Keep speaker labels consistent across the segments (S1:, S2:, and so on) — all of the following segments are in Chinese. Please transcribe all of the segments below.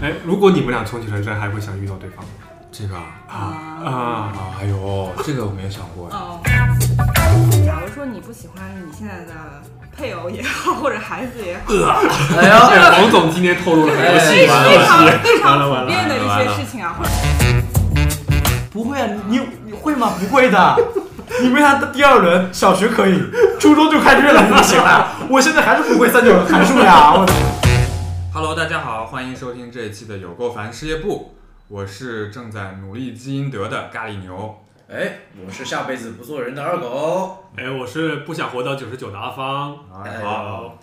S1: 哎，如果你们俩重启人生，还会想遇到对方吗？
S2: 这个啊，
S1: 啊
S3: 啊。
S1: 啊，
S2: 啊哎呦，这个我没有想过。
S3: 哦。假如说你不喜欢你现在的配偶也好，或者孩子也好，
S2: 哎呀，
S1: 哎，王总今天透露了很多
S2: 哎
S1: 细
S3: 这是
S1: 节。
S2: 完了
S3: 非常非
S1: 完
S3: 常
S1: 了完
S3: 普
S1: 了
S3: 遍的一
S2: 完
S3: 些
S2: 了
S3: 事情啊，或者
S4: 不会啊， 你你你会吗？不会的。你没啥第二轮，小学可以，初中就开始越来越不行 了。我现在还是不会三角函数呀！我
S2: Hello，大家好，欢迎收听这一期的有够烦事业部，我是正在努力积阴德的咖喱牛。
S5: 哎，我是下辈子不做人的二狗。
S1: 哎，我是不想活到九十九的阿芳。
S2: 哎好，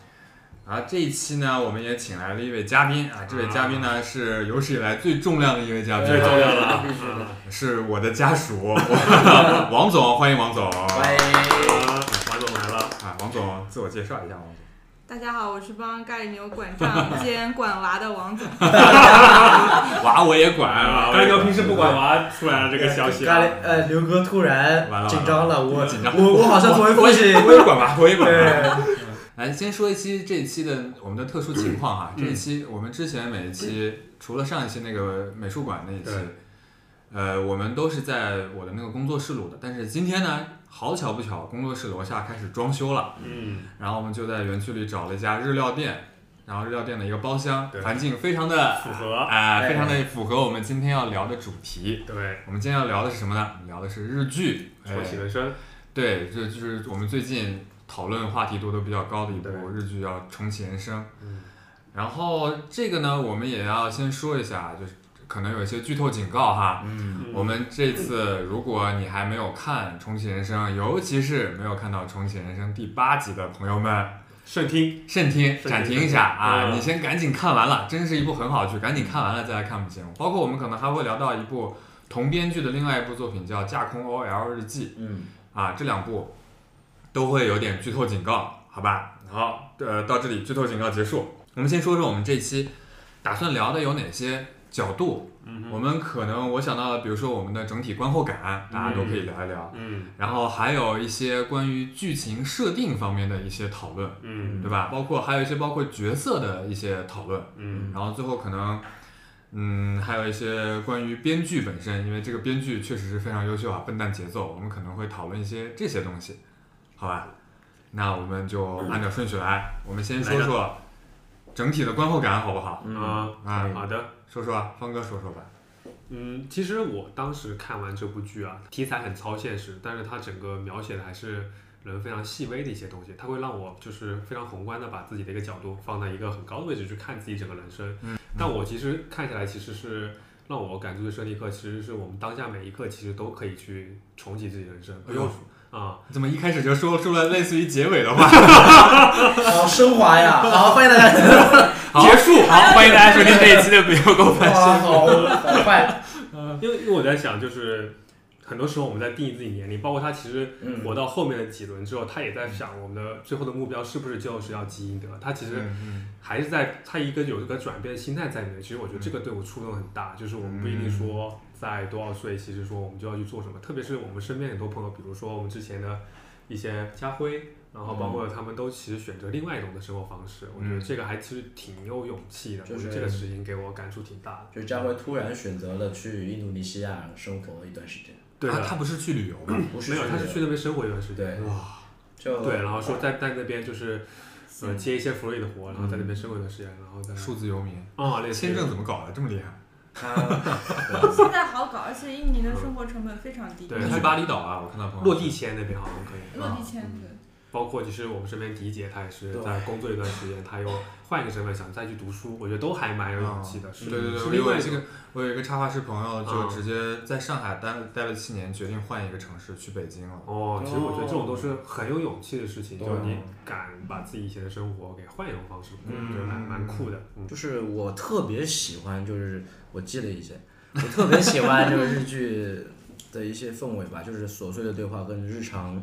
S2: 啊，这一期呢，我们也请来了一位嘉宾啊，这位嘉宾呢是有史以来最重量的一位嘉宾，
S1: 最重要了啊
S5: 必须的，
S2: 是我的家属，我王总，欢迎王 总。
S5: 欢迎。
S1: 啊，王总来了。
S2: 啊，王总，自我介绍一下，王总。
S3: 大家好，我是帮咖喱牛管 账兼管娃的王总。
S2: 娃我也
S1: 哎
S2: 管啊，
S1: 刚牛平时不管娃啊出来了这个消息
S5: 咖
S1: 啊
S5: 喱，，呃，刘哥突然
S2: 完了
S5: 紧张了，我
S2: 紧张
S5: 我我好像作为父亲，
S2: 我也管娃，我也管娃。
S5: 对，
S2: 来，先说一期这一期的我们的特殊情况哈，
S1: 嗯
S2: 这一期我们之前每一期除了上一期那个美术馆那一期
S1: 对，
S2: 呃，我们都是在我的那个工作室录的，但是今天呢，好巧不巧，工作室楼下开始装修了，
S1: 嗯，
S2: 然后我们就在园区里找了一家日料店，然后日料店的一个包厢
S1: 对，
S2: 环境非常的
S1: 符合。
S2: 哎、
S5: 哎
S2: 非常的符合我们今天要聊的主题。
S1: 对，
S2: 我们今天要聊的是什么呢？聊的是日剧，哎
S1: 重启人生。
S2: 对，这就是我们最近讨论话题度都比较高的一部
S1: 对
S2: 日剧，叫《重启人生》。
S1: 嗯
S2: 然后这个呢，我们也要先说一下，就是可能有一些剧透警告哈。
S5: 嗯，
S2: 我们这次如果你还没有看《重启人生》，尤其是没有看到《重启人生》第八集的朋友们，
S1: 慎听。
S2: 慎听，
S1: 慎听
S2: 暂停一下啊！
S1: 嗯
S2: 你先赶紧看完了，真是一部很好的剧，赶紧看完了再来看我们节目。包括我们可能还会聊到一部同编剧的另外一部作品，叫《架空 OL 日记》。
S5: 嗯，
S2: 啊，这两部都会有点剧透警告，好吧？好，呃，到这里剧透警告结束。我们先说说我们这期打算聊的有哪些角度。
S1: 嗯
S2: 我们可能我想到的，比如说我们的整体观后感，大家都可以聊一聊。
S1: 嗯
S2: 然后还有一些关于剧情设定方面的一些讨论，
S1: 嗯
S2: 对吧？包括还有一些包括角色的一些讨论。
S1: 嗯
S2: 然后最后可能，嗯，还有一些关于编剧本身，因为这个编剧确实是非常优秀啊，笨蛋节奏，我们可能会讨论一些这些东西，好吧？那我们就按照顺序来，我们先说说整体的观后感，好不好？
S1: 啊，
S2: 啊，
S1: 好的。
S2: 说说啊，方哥说说吧。
S1: 嗯，其实我当时看完这部剧啊，题材很超现实，但是它整个描写的还是人非常细微的一些东西，它会让我就是非常宏观的把自己的一个角度放在一个很高的位置去看自己整个人生。嗯，但我其实看下来，其实是让我感触最深的一刻，其实是我们当下每一刻其实都可以去重启自己人
S2: 哎
S1: 生，不用
S2: 嗯
S1: 啊，
S2: 怎么一开始就说出了类似于结尾的话？
S5: 好升华 呀！好，欢迎大家。
S2: 好结束，好，欢迎大家收听这一期 的《不要购买
S5: 哇，好好快。
S1: 因为因为我在想就是。很多时候我们在定义自己年龄，包括他其实
S5: 嗯
S1: 活到后面的几轮之后，他也在想我们的最后的目标是不是就是要积阴德。他其实
S2: 嗯
S1: 还是在他一个有一个转变心态在里面。其实我觉得
S5: 嗯
S1: 这个对我触动很大，就是我们不一定说在多少岁，其实说我们就要去做什么。特别是我们身边很多朋友，比如说我们之前的一些家辉，然后包括
S5: 嗯
S1: 他们都其实选择另外一种的生活方式。我觉得这个还其实挺有勇气的，
S5: 就
S1: 我
S5: 是
S1: 觉得这个事情给我感触挺大的。
S5: 就佳辉突然选择了去印度尼西亚生活一段时间，
S1: 对
S2: 他
S1: 的，
S2: 他不是去旅游吗？
S5: 不是
S1: 没有，他
S5: 的
S1: 是去那边生活一段时间。嗯
S5: 对
S1: 哇，
S5: 就
S1: 对，然后说在在那边就是呃接一些福利的活，然后在那边生活一段时间，然后再
S2: 数字游民，
S1: 啊，类似于
S2: 签证怎么搞的这么厉害？
S5: 他
S3: 现在好搞，而且印尼的生活成本非常低，
S1: 对
S2: 你去巴厘岛啊？我看到朋友
S1: 哦落地签那边好像可以。
S3: 落地签
S2: 嗯
S3: 对，
S1: 包括就是我们身边迪姐，她也是
S5: 对
S1: 在工作一段时间，她 又换一个身份想再去读书，我觉得都还蛮有勇气的，是
S2: 对对对，
S1: 是
S2: 我
S1: 另
S2: 有
S1: 外
S2: 一
S1: 一个
S2: 个我有一个插画师朋友，就
S1: 嗯
S2: 直接在上海待待了七年，决定换一个城市去北京了。
S1: 哦，啊其实我觉得这种都是很有勇气的事情，
S5: 对
S1: 就是你敢把自己以前的生活给换一种方式过，我觉得蛮蛮酷的。嗯，
S5: 就是我特别喜欢，就是我记了一些，我特别喜欢就是日剧的一些氛围吧，就是琐碎的对话跟日常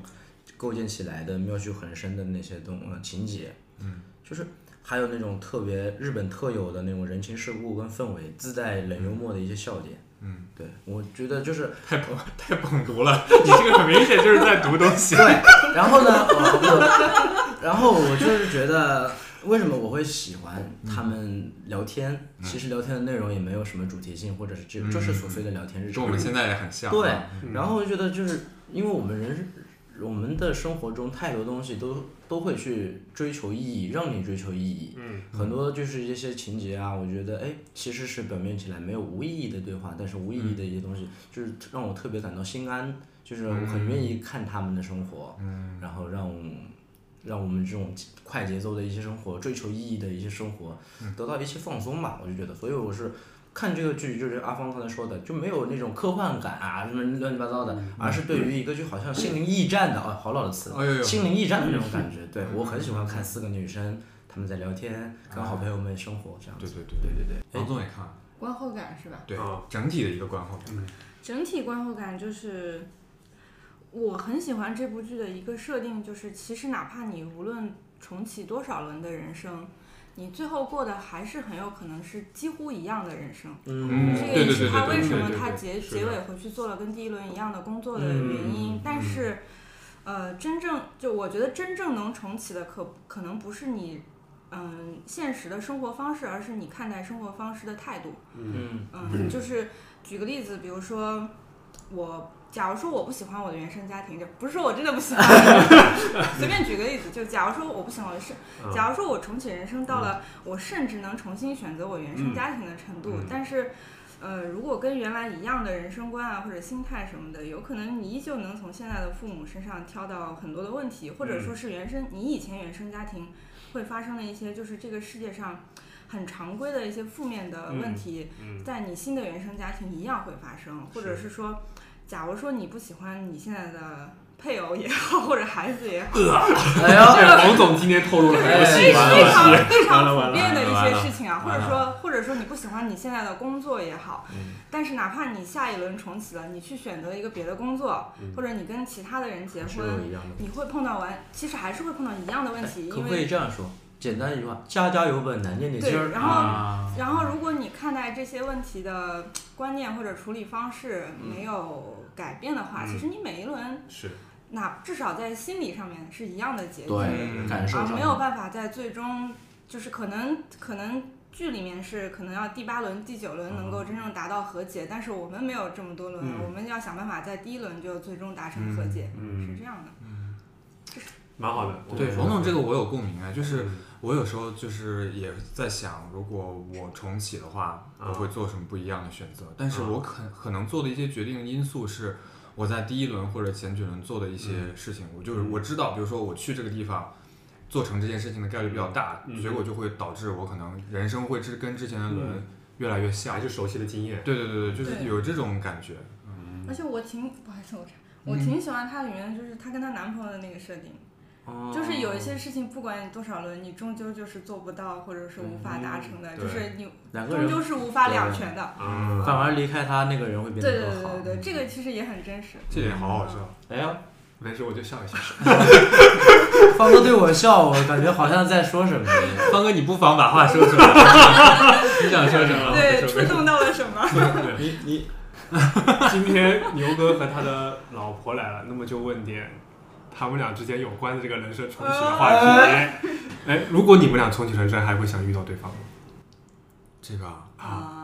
S5: 构建起来的妙趣横生的那些东呃情节，嗯，就是还有那种特别日本特有的那种人情世故跟氛围，自带冷幽默的一些笑点，
S2: 嗯，
S5: 对我觉得就是
S2: 太捧太捧读了，你这个很明显就是在读东西。
S5: 对，然后呢，我我然后我就是觉得，
S4: 为什么我会喜欢他们聊天？其实聊天的内容也没有什么主题性，或者是就
S2: 嗯
S4: 就是琐碎的聊天日
S2: 跟
S4: 常。
S2: 我们现在也很像。啊
S4: 对，
S1: 嗯
S4: 然后我觉得就是因为我们人是，我们的生活中太多东西都都会去追求意义，让你追求意义。
S1: 嗯，
S4: 很多就是一些情节啊，我觉得哎，其实是表面起来没有无意义的对话，但是无意义的一些东西，就是让我特别感到心安，就是我很愿意看他们的生活，嗯、然后让我让我们这种快节奏的一些生活，追求意义的一些生活，得到一些放松吧，我就觉得，所以我是看这个剧，就是阿芳刚才说的，就没有那种科幻感啊，什么乱七八糟的，而是对于一个就好像心灵驿站的，哦，好老的词，
S2: 哎呦呦
S4: 心灵驿站的那种感 觉。对我很喜欢看四个女生她们在聊天，跟好朋友们生活这样
S2: 对
S4: 子。
S2: 对对对对对，王总也看了，
S3: 观后感是吧？
S2: 对
S1: 啊，
S2: 整体的一个观后感。
S3: 整体观后感就是，我很喜欢这部剧的一个设定，就是其实哪怕你无论重启多少轮的人生，你最后过的还是很有可能是几乎一样的人生。
S2: 嗯
S3: 这
S2: 对
S3: 个也
S2: 对
S3: 是
S2: 对对
S3: 他
S2: 对
S3: 为什
S1: 对
S3: 么
S1: 对
S3: 他
S1: 对
S3: 结
S1: 是
S3: 结
S1: 的
S3: 尾回去做了跟第一轮一样的工作的
S4: 嗯
S3: 原因
S1: 嗯。
S3: 但是，呃，真正就我觉得真正能重启的可可能不是你。嗯，现实的生活方式，而是你看待生活方式的态度。
S4: 嗯
S3: 嗯，就是举个例子，比如说我，假如说我不喜欢我的原生家庭，就不是说我真的不喜欢， 随便举个例子，就假如说我不喜欢我的是，
S1: 嗯
S3: 假如说我重启人生到了我甚至能重新选择我原生家庭的程度，
S1: 嗯
S3: 但是。呃，如果跟原来一样的人生观啊，或者心态什么的，有可能你依旧能从现在的父母身上挑到很多的问题，或者说
S1: 嗯
S3: 是原生你以前原生家庭会发生的一些，就是这个世界上很常规的一些负面的问题，
S1: 嗯
S3: 在你新的原生家庭一样会发生，或者是说，假如说你不喜欢你现在的配偶也好，或者孩子也好，
S4: 哎呦，
S1: 哎，王总今天透露了很多
S4: 哎
S1: 细
S3: 非
S1: 节。
S3: 非常
S2: 完
S3: 非
S2: 了
S3: 常
S2: 完了
S3: 普遍的一
S2: 完
S3: 些
S2: 了
S3: 事情啊，或
S2: 完
S3: 者
S2: 了嗯
S3: 说或者说你不喜欢你现在的工作也好，但是哪怕你下一轮重启了，你去选择一个别的工作，
S2: 嗯
S3: 或者你跟其他的人结
S4: 是有
S3: 婚，
S4: 一样的。
S3: 你会碰到完，其实还是会碰到一样的问题，
S4: 哎可
S3: 因
S4: 不可以
S3: 为
S4: 这样说？简单一句话，家家有本难念的经
S3: 对，
S4: 儿。
S3: 然后
S2: 啊，
S3: 然后，如果你看待这些问题的观念或者处理方式
S2: 嗯
S3: 没有改变的话，
S1: 嗯
S3: 其实你每一轮
S1: 是，
S3: 哪至少在心理上面是一样的结局，
S4: 对，感受
S3: 而啊
S4: 上
S3: 没有办法在最终就是可能可能剧里面是可能要第八轮、第九轮能
S4: 哦
S3: 够真正达到和解，但是我们没有这么多轮，
S1: 嗯
S3: 我们要想办法在第一轮就最终达成和解，是
S1: 嗯，
S3: 这样的。
S1: 蛮好的。
S2: 对
S1: 我
S2: 王总这个我有共鸣啊，就是
S1: 嗯
S2: 我有时候就是也在想，如果我重启的话，
S1: 啊
S2: 我会做什么不一样的选择？但
S1: 嗯
S2: 是我可可能做的一些决定因素是我在第一轮或者前几轮做的一些
S1: 嗯
S2: 事情，我就是我知道，比如说我去这个地方。做成这件事情的概率比较大，
S1: 嗯嗯
S2: 结果就会导致我可能人生会之跟之前的轮越来越像
S1: 还。是熟悉的经验。
S2: 对对对对，就是
S3: 对
S2: 有这种感觉。
S4: 嗯
S1: 嗯
S3: 而且我挺 不好意思，我插我挺喜欢它里面就是她跟她男朋友的那个设定。
S4: 哦
S3: 就是有一些事情，不管你多少轮，你终究就是做不到，或者是无法达成的，
S1: 嗯
S3: 就是你
S4: 哦两个
S3: 终
S4: 人
S3: 究是无法两全的。
S2: 嗯
S1: 啊，
S4: 反而离开他那个人会变
S3: 对
S4: 得
S3: 对
S4: 更
S3: 对
S4: 好嗯
S3: 对。对，这个其实也很真实。
S2: 这点好好笑。
S4: 哎呀，
S1: 没事，我就笑一 下。
S4: 方哥对我笑，我感觉好像在说什么一样。
S2: 方哥，你不妨把话说 出来，你想说什么？
S3: 对，触动到了什 么？
S1: 你 你，今天牛哥和他的老婆来了，那么就问点他们俩之间有关的这个人生重启的话题。哎，如果你们俩重启人生，还会想遇到对方吗？
S2: 这个啊
S3: 啊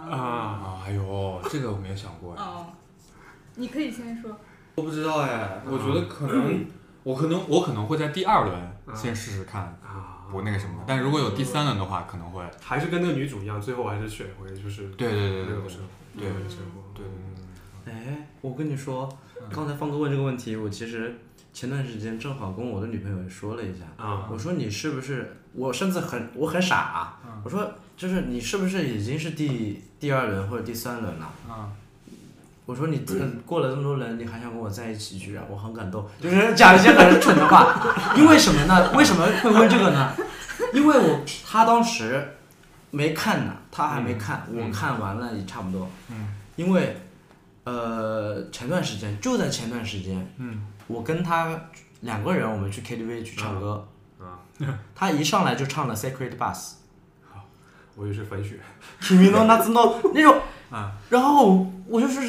S1: 啊，
S2: 啊，哎呦，这个我没有想过哎。
S3: 哦，你可以先说。
S2: 我不知道哎，我觉得可能，我可能我可能会在第二轮先试试看，不那个什么。但如果有第三轮的话，可能会。
S1: 啊还是跟那个女主一样，最后还是选回就是
S2: 对对对对
S1: 那
S2: 对
S1: 种
S2: 对
S1: 生活，
S2: 对
S1: 那种生活。
S2: 对，
S4: 哎，我跟你说，刚才方哥问这个问题，我其实前段时间正好跟我的女朋友说了一下，
S1: 啊，
S4: 我说你是不是，我甚至很我很傻、啊我说就是你是不是已经是第第二轮或者第三轮了？
S2: 啊，
S4: 我说你真的过了这么多轮，你还想跟我在一起居然，我很感动，就是讲一些很蠢的话。 因为什么呢？为什么会问这个呢？因为我他当时没看呢，他还没看，
S1: 嗯
S4: 我看完了也差不多。
S2: 嗯。
S4: 因为，呃，前段时间就在前段时间，
S2: 嗯，
S4: 我跟他两个人我们去 KTV 去唱歌，
S1: 啊，
S4: 他一上来就唱了 Sacred Bass。
S1: 我就是粉雪。
S4: 君の夏の那种
S2: 啊，
S4: 然后我就是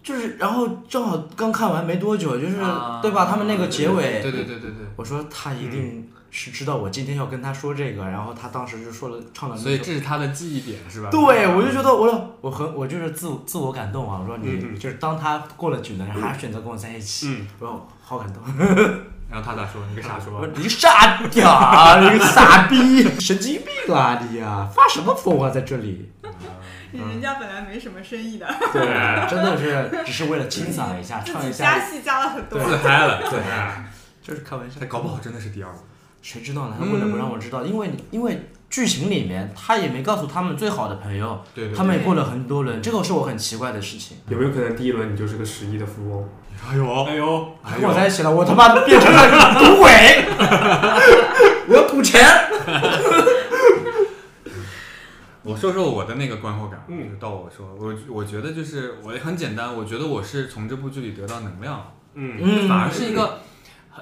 S4: 就是，然后正好刚看完没多久，就是、
S2: 啊
S4: 对吧？他们那个结尾，
S2: 对对对对对，
S4: 我说他一定是知道我今天要跟他说这个，然后他当时就说了唱了那首
S2: 所以这嗯是他的记忆点是吧？
S4: 对，我就觉得我说我很我就是自自我感动啊！我说你、
S1: 嗯嗯
S4: 就是当他过了几年，然后还选择跟我在一起，
S1: 嗯
S4: 我说好感动。
S2: 然后他咋说？你个傻
S4: 我
S2: 说
S4: 说，你傻屌，啊你个傻逼， 神经病啊你啊！发什么疯啊在这里？
S2: 嗯
S3: 人家本来没什么生意
S2: 啊
S3: 的，
S4: 对， 真的是只是为了清嗓一下，
S3: 自
S4: 唱一
S3: 己
S4: 下
S3: 加，戏加了很 多。
S2: 自嗨了，
S4: 对
S2: 哎
S4: 就是开玩笑
S2: 他。搞不好真的是第二个。
S4: 谁知道呢？他为了不让我知道，
S2: 嗯
S4: 因为因为剧情里面他也没告诉他们最好的朋友，
S2: 对对对
S4: 他们也过了很多人，这个是我很奇怪的事情。
S1: 有没有可能第一轮你就是个十亿的富翁？
S2: 哎呦，哎呦，哎
S4: 跟我在一起了，我他妈变成了赌鬼， 我要赌钱。
S2: 我说说我的那个观后感，
S1: 嗯
S2: 就到我说，我我觉得就是我很简单，我觉得我是从这部剧里得到能量，
S1: 嗯
S4: 嗯，
S2: 反而是一个，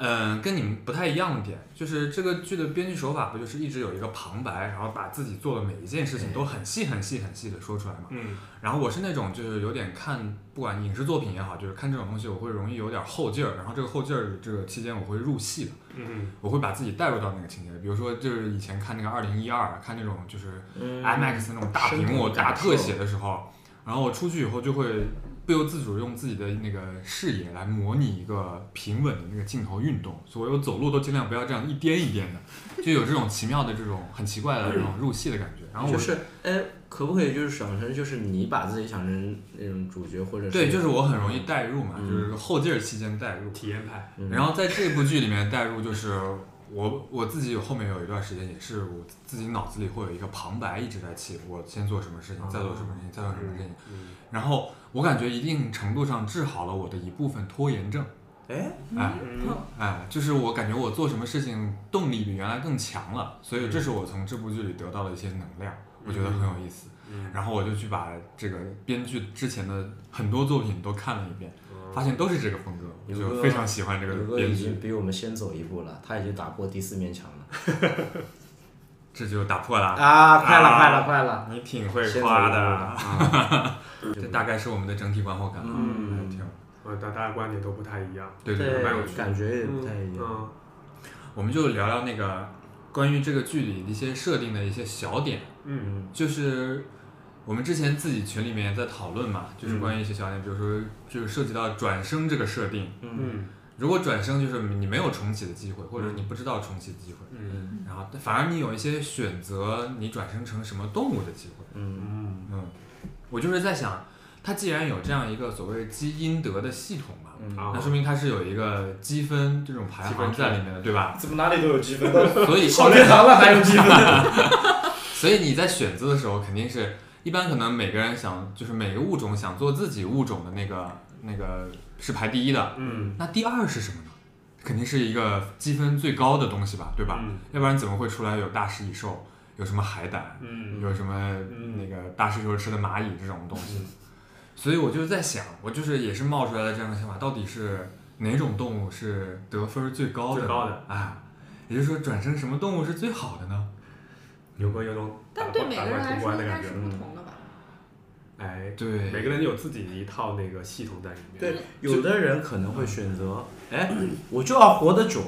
S2: 嗯、跟你们不太一样的点，就是这个剧的编剧手法不就是一直有一个旁白，然后把自己做的每一件事情都很细很细很细的说出来嘛。
S1: 嗯
S2: 然后我是那种就是有点看，不管影视作品也好，就是看这种东西，我会容易有点后劲儿，然后这个后劲儿这个期间我会入戏的。
S1: 嗯
S2: 我会把自己带入到那个情节里，比如说就是以前看那个二零一二，看那种就是
S5: 嗯
S2: IMAX 那种大屏幕
S5: 深度
S2: 大
S5: 感受
S2: 特写的时候，然后我出去以后就会不由自主用自己的那个视野来模拟一个平稳的那个镜头运动，所以我走路都尽量不要这样一颠一颠的，就有这种奇妙的这种很奇怪的这种入戏的感觉。然后我
S5: 就是哎，可不可以就是想成就是你把自己想成那种主角或者
S2: 对，就是我很容易带入嘛，
S5: 嗯
S2: 就是后劲儿期间带入
S1: 嗯，。体验派。
S5: 嗯
S2: 然后在这部剧里面带入，就是我我自己有后面有一段时间也是我自己脑子里会有一个旁白一直在起，我先做什么事情，再做什么事情，再做什么事情。
S1: 嗯
S2: 然后我感觉一定程度上治好了我的一部分拖延症，
S5: 哎
S2: 哎
S1: 嗯
S3: 哦
S2: 哎，就是我感觉我做什么事情动力比原来更强了，所以这是我从这部剧里得到的一些能量，我觉得很有意思。
S1: 嗯，
S2: 然后我就去把这个编剧之前的很多作品都看了一遍，发现都是这个风格，我
S5: 有个
S2: 就非常喜欢这
S5: 刘
S2: 个
S5: 哥
S2: 编
S5: 已
S2: 剧
S5: 经，比我们先走一步了，他已经打破第四面墙了。
S2: 这就打破了啊
S4: 啊，快了，
S2: 啊
S4: 快了，快了！
S2: 你挺会
S5: 先走
S2: 夸
S5: 一步
S2: 的，
S5: 啊，
S2: 这大概是我们的整体观后感。
S5: 嗯
S2: 还挺好
S1: 呃，大大家观点都不太一样。
S2: 对对，蛮有趣的。
S5: 感觉也不太一样。
S1: 嗯
S2: 我们就聊聊那个关于这个剧里的一些设定的一些小点，
S1: 嗯
S2: 就是我们之前自己群里面也在讨论嘛，
S5: 嗯
S2: 就是关于一些小点，比如说就是涉及到转生这个设定，
S1: 嗯
S2: 如果转生就是你没有重启的机会，或者
S5: 嗯
S2: 你不知道重启的机会，
S1: 嗯
S2: 然后反而你有一些选择你转生成什么动物的机会。
S5: 嗯，
S1: 嗯
S2: 嗯，我就是在想，它既然有这样一个所谓基因德的系统嘛，
S5: 嗯
S1: 啊
S2: 那说明它是有一个哦积分这种排
S1: 积分
S2: 行
S1: 制
S2: 在里面的，
S5: 啊
S2: 对吧？
S4: 怎么哪里都有积分？
S2: 所 以
S4: 上天堂了还有积 分？
S2: 所以你在选择的时候，肯定是一般可能每个人想就是每个物种想做自己物种的那个那个是排第一的，
S1: 嗯
S2: 那第二是什么呢？肯定是一个积分最高的东西吧，对吧？
S1: 嗯
S2: 要不然怎么会出来有大食蚁兽，有什么海胆，
S1: 嗯
S2: 有什么
S1: 嗯
S2: 那个大石头吃的蚂蚁这种东西， 所以我就在想，我就是也是冒出来的这样的想法，到底是哪种动物是得分最高的？
S1: 最高的，
S2: 哎，也就是说转生什么动物是最好的呢？
S1: 牛哥有种打
S3: 但对
S1: 怪
S3: 每
S1: 打
S3: 个人
S1: 怪
S3: 来
S1: 通
S3: 说
S1: 关
S3: 应
S1: 的
S3: 该
S1: 感
S3: 是
S1: 觉。
S3: 不同的吧？
S1: 哎，
S2: 对，
S1: 每个人有自己一套那个系统在里面。
S5: 对，
S4: 有的人可能
S5: 嗯
S4: 会选择，哎，我就要活得久，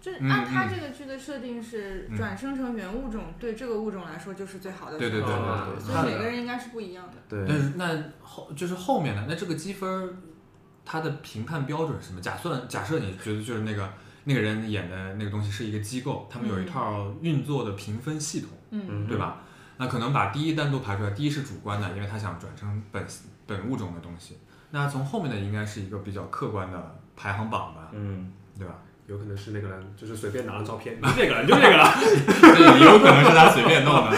S3: 就是
S2: 嗯
S3: 按他
S2: 嗯
S3: 这个剧的设定是
S2: 嗯
S3: 转生成原物种，对这个物种来说就是最好的
S2: 对
S3: 选
S2: 对
S3: 择
S2: 对对
S1: 啊
S2: 对，
S3: 所以每个人应该是不一样的。
S5: 对
S2: 但是那后就是后面的那这个积分儿，它的评判标准是什么？假设假设你觉得就是那个那个人演的那个东西是一个机构，他们有一
S3: 嗯
S2: 套运作的评分系统。
S3: 嗯，
S2: 对吧？那可能把第一单独排出来，第一是主观的，因为他想转成本本物种的东西。那从后面的应该是一个比较客观的排行榜吧，
S5: 嗯，
S2: 对吧？
S1: 有可能是那个人就是随便拿了照片，你就这个了，你就这个了。
S2: 对，也有可能是他随便弄的。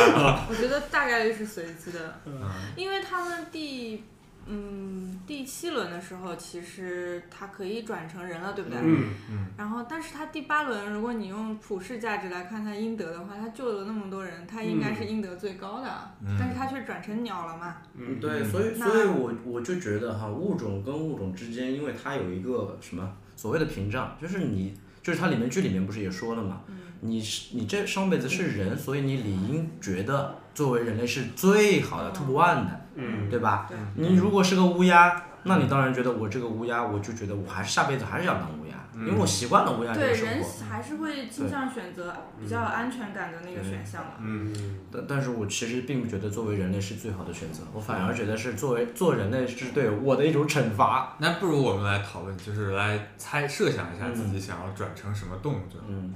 S3: 我觉得大概率是随机的。
S2: 嗯
S3: 因为他们第嗯第七轮的时候，其实他可以转成人了，对不对？
S1: 嗯
S2: 嗯，
S3: 然后，但是他第八轮，如果你用普世价值来看他应得的话，他救了那么多人，他应该是应得最高的，
S2: 嗯
S3: 但是他却转成鸟了嘛。
S1: 嗯，
S5: 对，所以
S3: 那
S5: 所以我我就觉得哈，物种跟物种之间，因为它有一个什么所谓的屏障，就是你就是它里面剧里面不是也说了嘛，
S3: 嗯
S5: 你是你这上辈子是人，所以你理应觉得作为人类是最好的 top one 的，
S1: 嗯
S5: 对吧？
S3: 对
S5: 你如果是个乌鸦，那你当然觉得我这个乌鸦，我就觉得我还是下辈子还是要当乌鸦。
S1: 嗯
S4: 因为我习惯了乌鸦这
S3: 对
S4: 个生
S3: 人
S4: 活。
S3: 还是会倾向选择比较有安全感的那个
S4: 对
S3: 选项嘛。
S2: 嗯，
S4: 但但是我其实并不觉得作为人类是最好的选择，我反而觉得是作为做人类是对我的一种惩罚。
S2: 那不如我们来讨论，就是来猜设想一下自己想要转成什么动物就好。
S4: 嗯，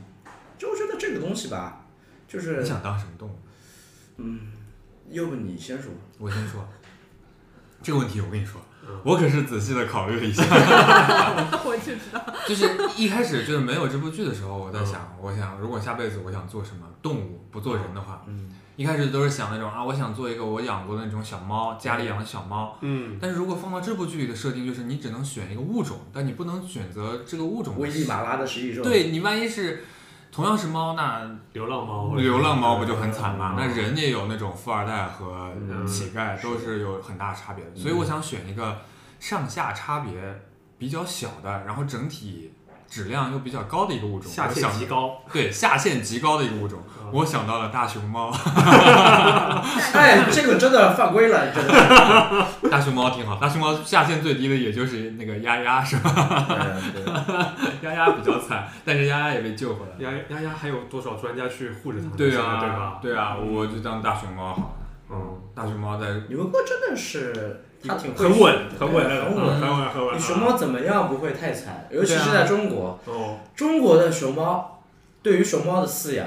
S4: 就我觉得这个东西吧，就是
S2: 你想当什么动物？
S4: 要不你先说，
S2: 我先说这个问题，我跟你说，我可是仔细的考虑了一下。
S3: 我就知道，
S2: 就是一开始就是没有这部剧的时候，我在想，我想如果下辈子我想做什么动物，不做人的话，
S4: 嗯，
S2: 一开始都是想那种啊，我想做一个我养过的那种小猫，家里养的小猫。
S1: 嗯，
S2: 但是如果放到这部剧里的设定，就是你只能选一个物种，但你不能选择这个物种。
S4: 危地马拉的食蚁兽，，
S2: 对你万一是同样是猫，那
S1: 流浪猫或者是，
S2: 流浪猫不就很惨吗？那
S1: 嗯
S2: 人也有那种富二代和
S1: 嗯
S2: 乞丐，都是有很大差别的。所以我想选一个上下差别比较小的，然后整体质量又比较高的一个物种。
S1: 下
S2: 我
S1: 限
S2: 想
S1: 极高，
S2: 对下限极高的一个物种，
S1: 嗯
S2: 我想到了大熊猫。
S4: 哎，这个真的犯规了，真 的。
S2: 大熊猫挺好，大熊猫下限最低的也就是那个丫丫是吧？
S4: 哎对
S2: 丫丫比较惨，但是丫丫也被救回来了。
S1: 丫丫丫还有多少专家去护着它？
S2: 对
S1: 现在
S2: 啊，
S1: 对吧？
S2: 对啊，我就当大熊猫好了。
S1: 嗯，
S2: 大熊猫在
S4: 牛哥真的是他挺会
S1: 很稳，
S4: 对
S1: 很稳的，
S4: 很
S1: 嗯啊
S4: 稳。
S1: 很稳，很稳。
S4: 你熊猫怎么样不会太惨，尤其是在中国，
S1: 哦，
S4: 中国的熊猫对于熊猫的饲养，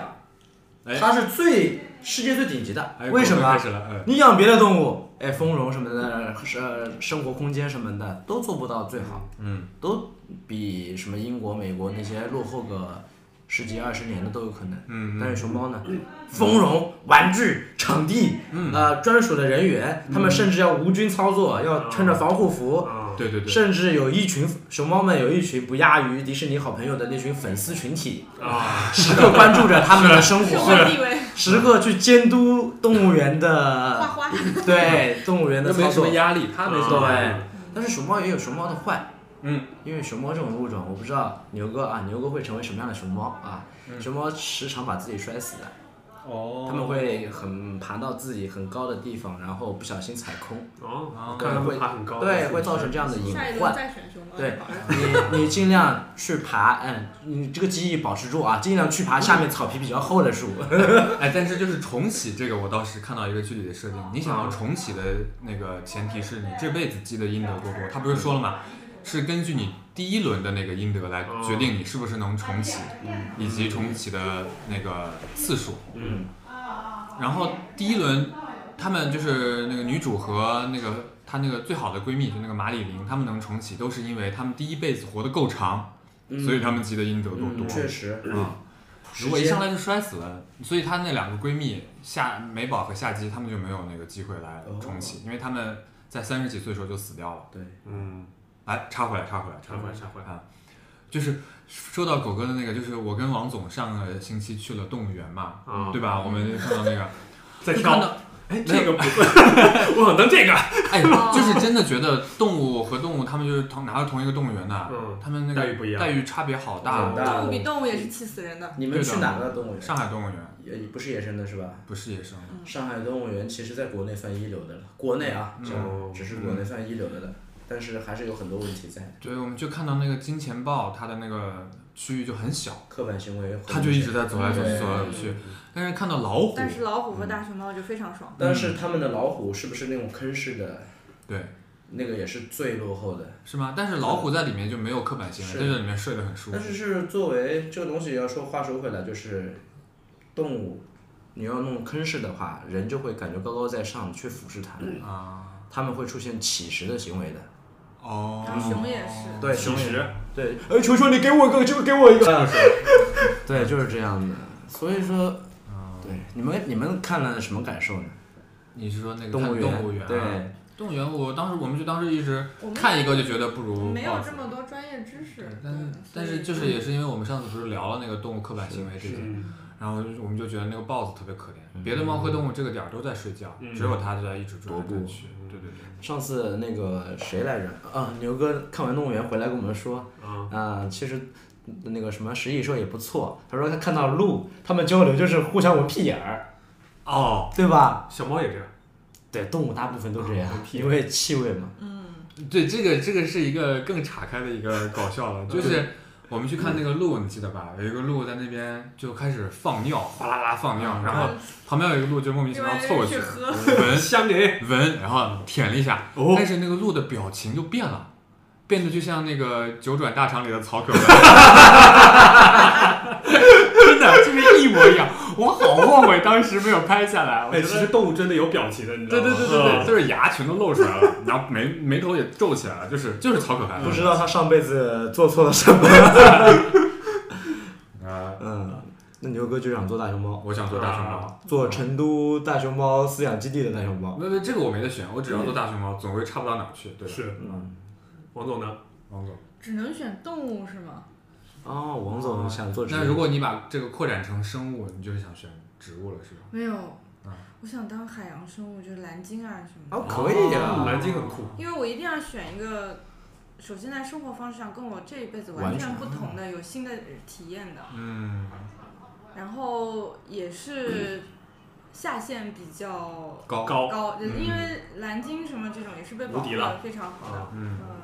S2: 哎
S4: 它是最世界最顶级的
S2: 哎，
S4: 为什
S2: 我们
S4: 么
S2: 开？始了？嗯，
S4: 你养别的动物，哎，丰容什么的，呃，生活空间什么的都做不到最好，
S2: 嗯，
S4: 都比什么英国、美国那些落后个十几二十年的都有可能。
S2: 嗯
S4: 但是熊猫呢，丰容、玩具、场地，
S2: 嗯
S4: 呃，专属的人员，他们甚至要无菌操作，要穿着防护服，
S1: 嗯，
S2: 对对对，
S4: 甚至有一群熊猫们有一群不亚于迪士尼好朋友的那群粉丝群 体，
S1: 啊，
S4: 时刻关注着他们的生
S3: 社
S4: 活，
S3: 会地位
S4: 时刻去监督动物园
S3: 花
S4: 的
S3: 花，
S2: 嗯
S4: 对动物园的
S2: 那
S4: 操
S2: 没什么
S4: 作。嗯
S2: 压力，他没
S1: 嗯
S2: 什么压力。
S4: 对，但是熊猫也有熊猫的坏，
S2: 嗯，
S4: 因为熊猫这种物种，我不知道牛哥啊，牛哥会成为什么样的熊猫啊？熊猫时常把自己摔死的，
S2: 嗯哦
S4: 他们会很爬到自己很高的地方，然后不小心踩空，
S1: 哦，
S2: 啊
S1: 看他们爬很高，
S4: 对，嗯 会造成这样的隐
S3: 下一轮。
S4: 患
S3: 再选熊猫。
S4: 对你你尽量去爬，嗯，你这个记忆保持住啊，尽量去爬下面草皮比较厚的树。
S2: 哎，但是就是重启这个，我倒是看到一个剧里的设
S4: 嗯
S2: 定，你想要重启的那个前提是你这辈子积的阴德多多。他不是说了吗？
S4: 嗯
S2: 是根据你第一轮的那个阴德来决
S4: 哦
S2: 定你是不是能重启，
S3: 啊
S2: 嗯以及重启的那个次数。
S4: 嗯，
S2: 然后第一轮，他们就是那个女主和那个她那个最好的闺蜜，就那个马里琳，她们能重启，都是因为她们第一辈子活得够长，所以她们积的阴德多多。
S4: 嗯，确实，
S2: 啊，如果一上来就摔死了，所以她那两个闺蜜夏美宝和夏姬，她们就没有那个机会来重
S4: 哦
S2: 启，因为她们在三十几岁的时候就死掉了。哎
S4: 对，
S1: 嗯，
S2: 来，插回来，插回来，插
S1: 插
S2: 回
S1: 回
S2: 来
S1: 来，。插回来，
S2: 就是说到狗哥的那个，就是我跟王总上个星期去了动物园嘛，
S1: 啊，
S2: 嗯对吧？我们就看到那个，
S1: 再
S2: 就看
S1: 跳，
S2: 到
S1: 哎，这个不会， 我想当这个，
S2: 哎，
S3: 哦
S2: 就是真的觉得动物和动物，他们就是同拿到同一个动物园的，
S1: 嗯，
S2: 他们那个
S1: 待遇不一样
S2: 待遇差别好大
S4: 很。大
S3: 动物比动物也是气死人的。
S4: 你们去哪个动物园？
S2: 上海动物园
S4: 也不是野生的是吧？
S2: 不是野生的，
S4: 上海动物园其实在国内算一流的了，国内啊，只
S2: 哦
S1: 嗯
S4: 只是国内算一流的了，但是还是有很多问题在，
S2: 对，我们就看到那个金钱豹，它的那个区域就很小，
S4: 刻板行为。
S2: 它就一直在走来走去，
S4: 对
S2: 走来走去。但是看到老虎，
S3: 但是
S2: 嗯
S3: 老虎和大熊猫就非常爽。
S4: 但是他们的老虎是不是那种坑式的？
S2: 对，
S4: 那个也是最落后的。
S2: 是吗？但是老虎在里面就没有刻板行为，
S4: 是
S2: 在这里面睡得很舒服
S4: 但。是是作为这个东西，要说话说回来，就是动物，你要弄坑式的话，人就会感觉高高在上，去俯视它们，
S2: 啊，
S4: 他们会出现乞食的行为的。
S2: 哦，嗯
S3: 然后熊也是
S4: 对，
S1: 其
S4: 熊也
S1: 实，
S4: 对，哎，求求你给我一个，就给我一个。对，就是这样的。所以说，对你们你们看了什么感受呢？
S2: 你是说那个
S4: 动
S2: 看
S4: 物园，
S2: 动物园啊？
S4: 对，
S2: 动物园，我当时我们就当时一直
S3: 我们
S2: 看一个就觉得不如
S3: 没
S2: 豹
S3: 有
S2: 子
S3: 这么多专业知识，
S2: 但是
S3: 对
S2: 但是就是也是因为我们上次不是聊了那个动物刻板行为这些，
S1: 嗯，
S2: 然后我们就觉得那个豹子特别可怜，别的猫科动物这个点儿都在睡觉，
S1: 嗯
S2: 只有它在一直转
S4: 踱
S2: 来
S4: 步
S2: 转去。对对对，
S4: 上次那个谁来着？啊，牛哥看完动物园回来跟我们说，
S1: 啊，
S4: 嗯，其实那个什么食蚁兽也不错。他说他看到鹿，他们交流就是互相闻屁眼儿，
S2: 哦，
S4: 对吧？
S1: 小猫也这样，
S4: 对，动物大部分都这样
S1: 闻，屁眼
S4: 因为气味嘛。
S2: 对，这个这个是一个更岔开的一个搞笑了，就是我们去看那个鹿，你记得吧？有一个鹿在那边就开始放尿，哗啦啦放尿，然后旁边有一个鹿就莫名其
S3: 嗯另
S2: 妙
S3: 外
S2: 凑过去
S3: 去喝，
S2: 闻
S1: 香哎给
S2: 闻，然后舔了一下，
S1: 哦
S2: 但是那个鹿的表情就变了，变得就像那个《九转大肠》里的 曹可文，真的就是一模一样。我好后悔当时没有拍下来，我觉
S1: 哎，
S2: 得
S1: 其实动物真的有表情的，你知道
S2: 对
S1: 吗？
S2: 对对对对，
S1: 嗯
S2: 就是牙全都露出来了，然后眉眉头也皱起来了，就是就是曹可凡。
S4: 不知道他上辈子做错了什么。
S2: 啊，
S4: 嗯，那牛哥就想做大熊猫，
S2: 我想做大熊猫，
S4: 做成都大熊猫饲养基地的大熊猫。
S2: 啊那那这个我没得选，我只要做大熊猫，总归差不到哪儿去，对吧？
S1: 是
S4: 嗯，
S1: 王总呢？
S2: 王总，
S3: 只能选动物是吗？
S4: 哦，王总想做植物。
S2: 那如果你把这个扩展成生物，你就是想选植物了，是吧？
S3: 没有
S4: 嗯
S2: 啊，
S3: 我想当海洋生物，就是蓝鲸啊什么的。
S4: 哦，可以呀、
S1: 哦南京很酷，
S3: 因为我一定要选一个，首先在生活方式上跟我这一辈子
S4: 完
S3: 完
S4: 全
S3: 全不同的、有新的体验的，
S2: 嗯，
S3: 然后也是下限比较
S2: 高，
S1: 高
S3: 高，呃
S2: 嗯
S3: 因为蓝鲸什么这种也是被保
S1: 无敌
S3: 护
S1: 了
S3: 的非常
S1: 啊
S3: 好的，
S2: 嗯，
S3: 嗯，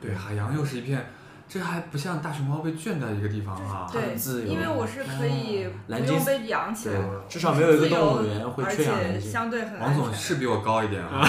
S2: 对，海洋又是一片，这还不像大熊猫被圈在一个地方啊。
S4: 很自
S3: 对，
S4: 由嗯
S3: 因为我是可以
S4: 蓝
S3: 不
S4: 鲸
S3: 用被养起来，
S4: 对，至少没有一个动物园会
S3: 而
S4: 圈养
S3: 且
S4: 人性。
S3: 相对很
S2: 王
S3: 安
S2: 总
S3: 全。
S2: 是比我高一点啊，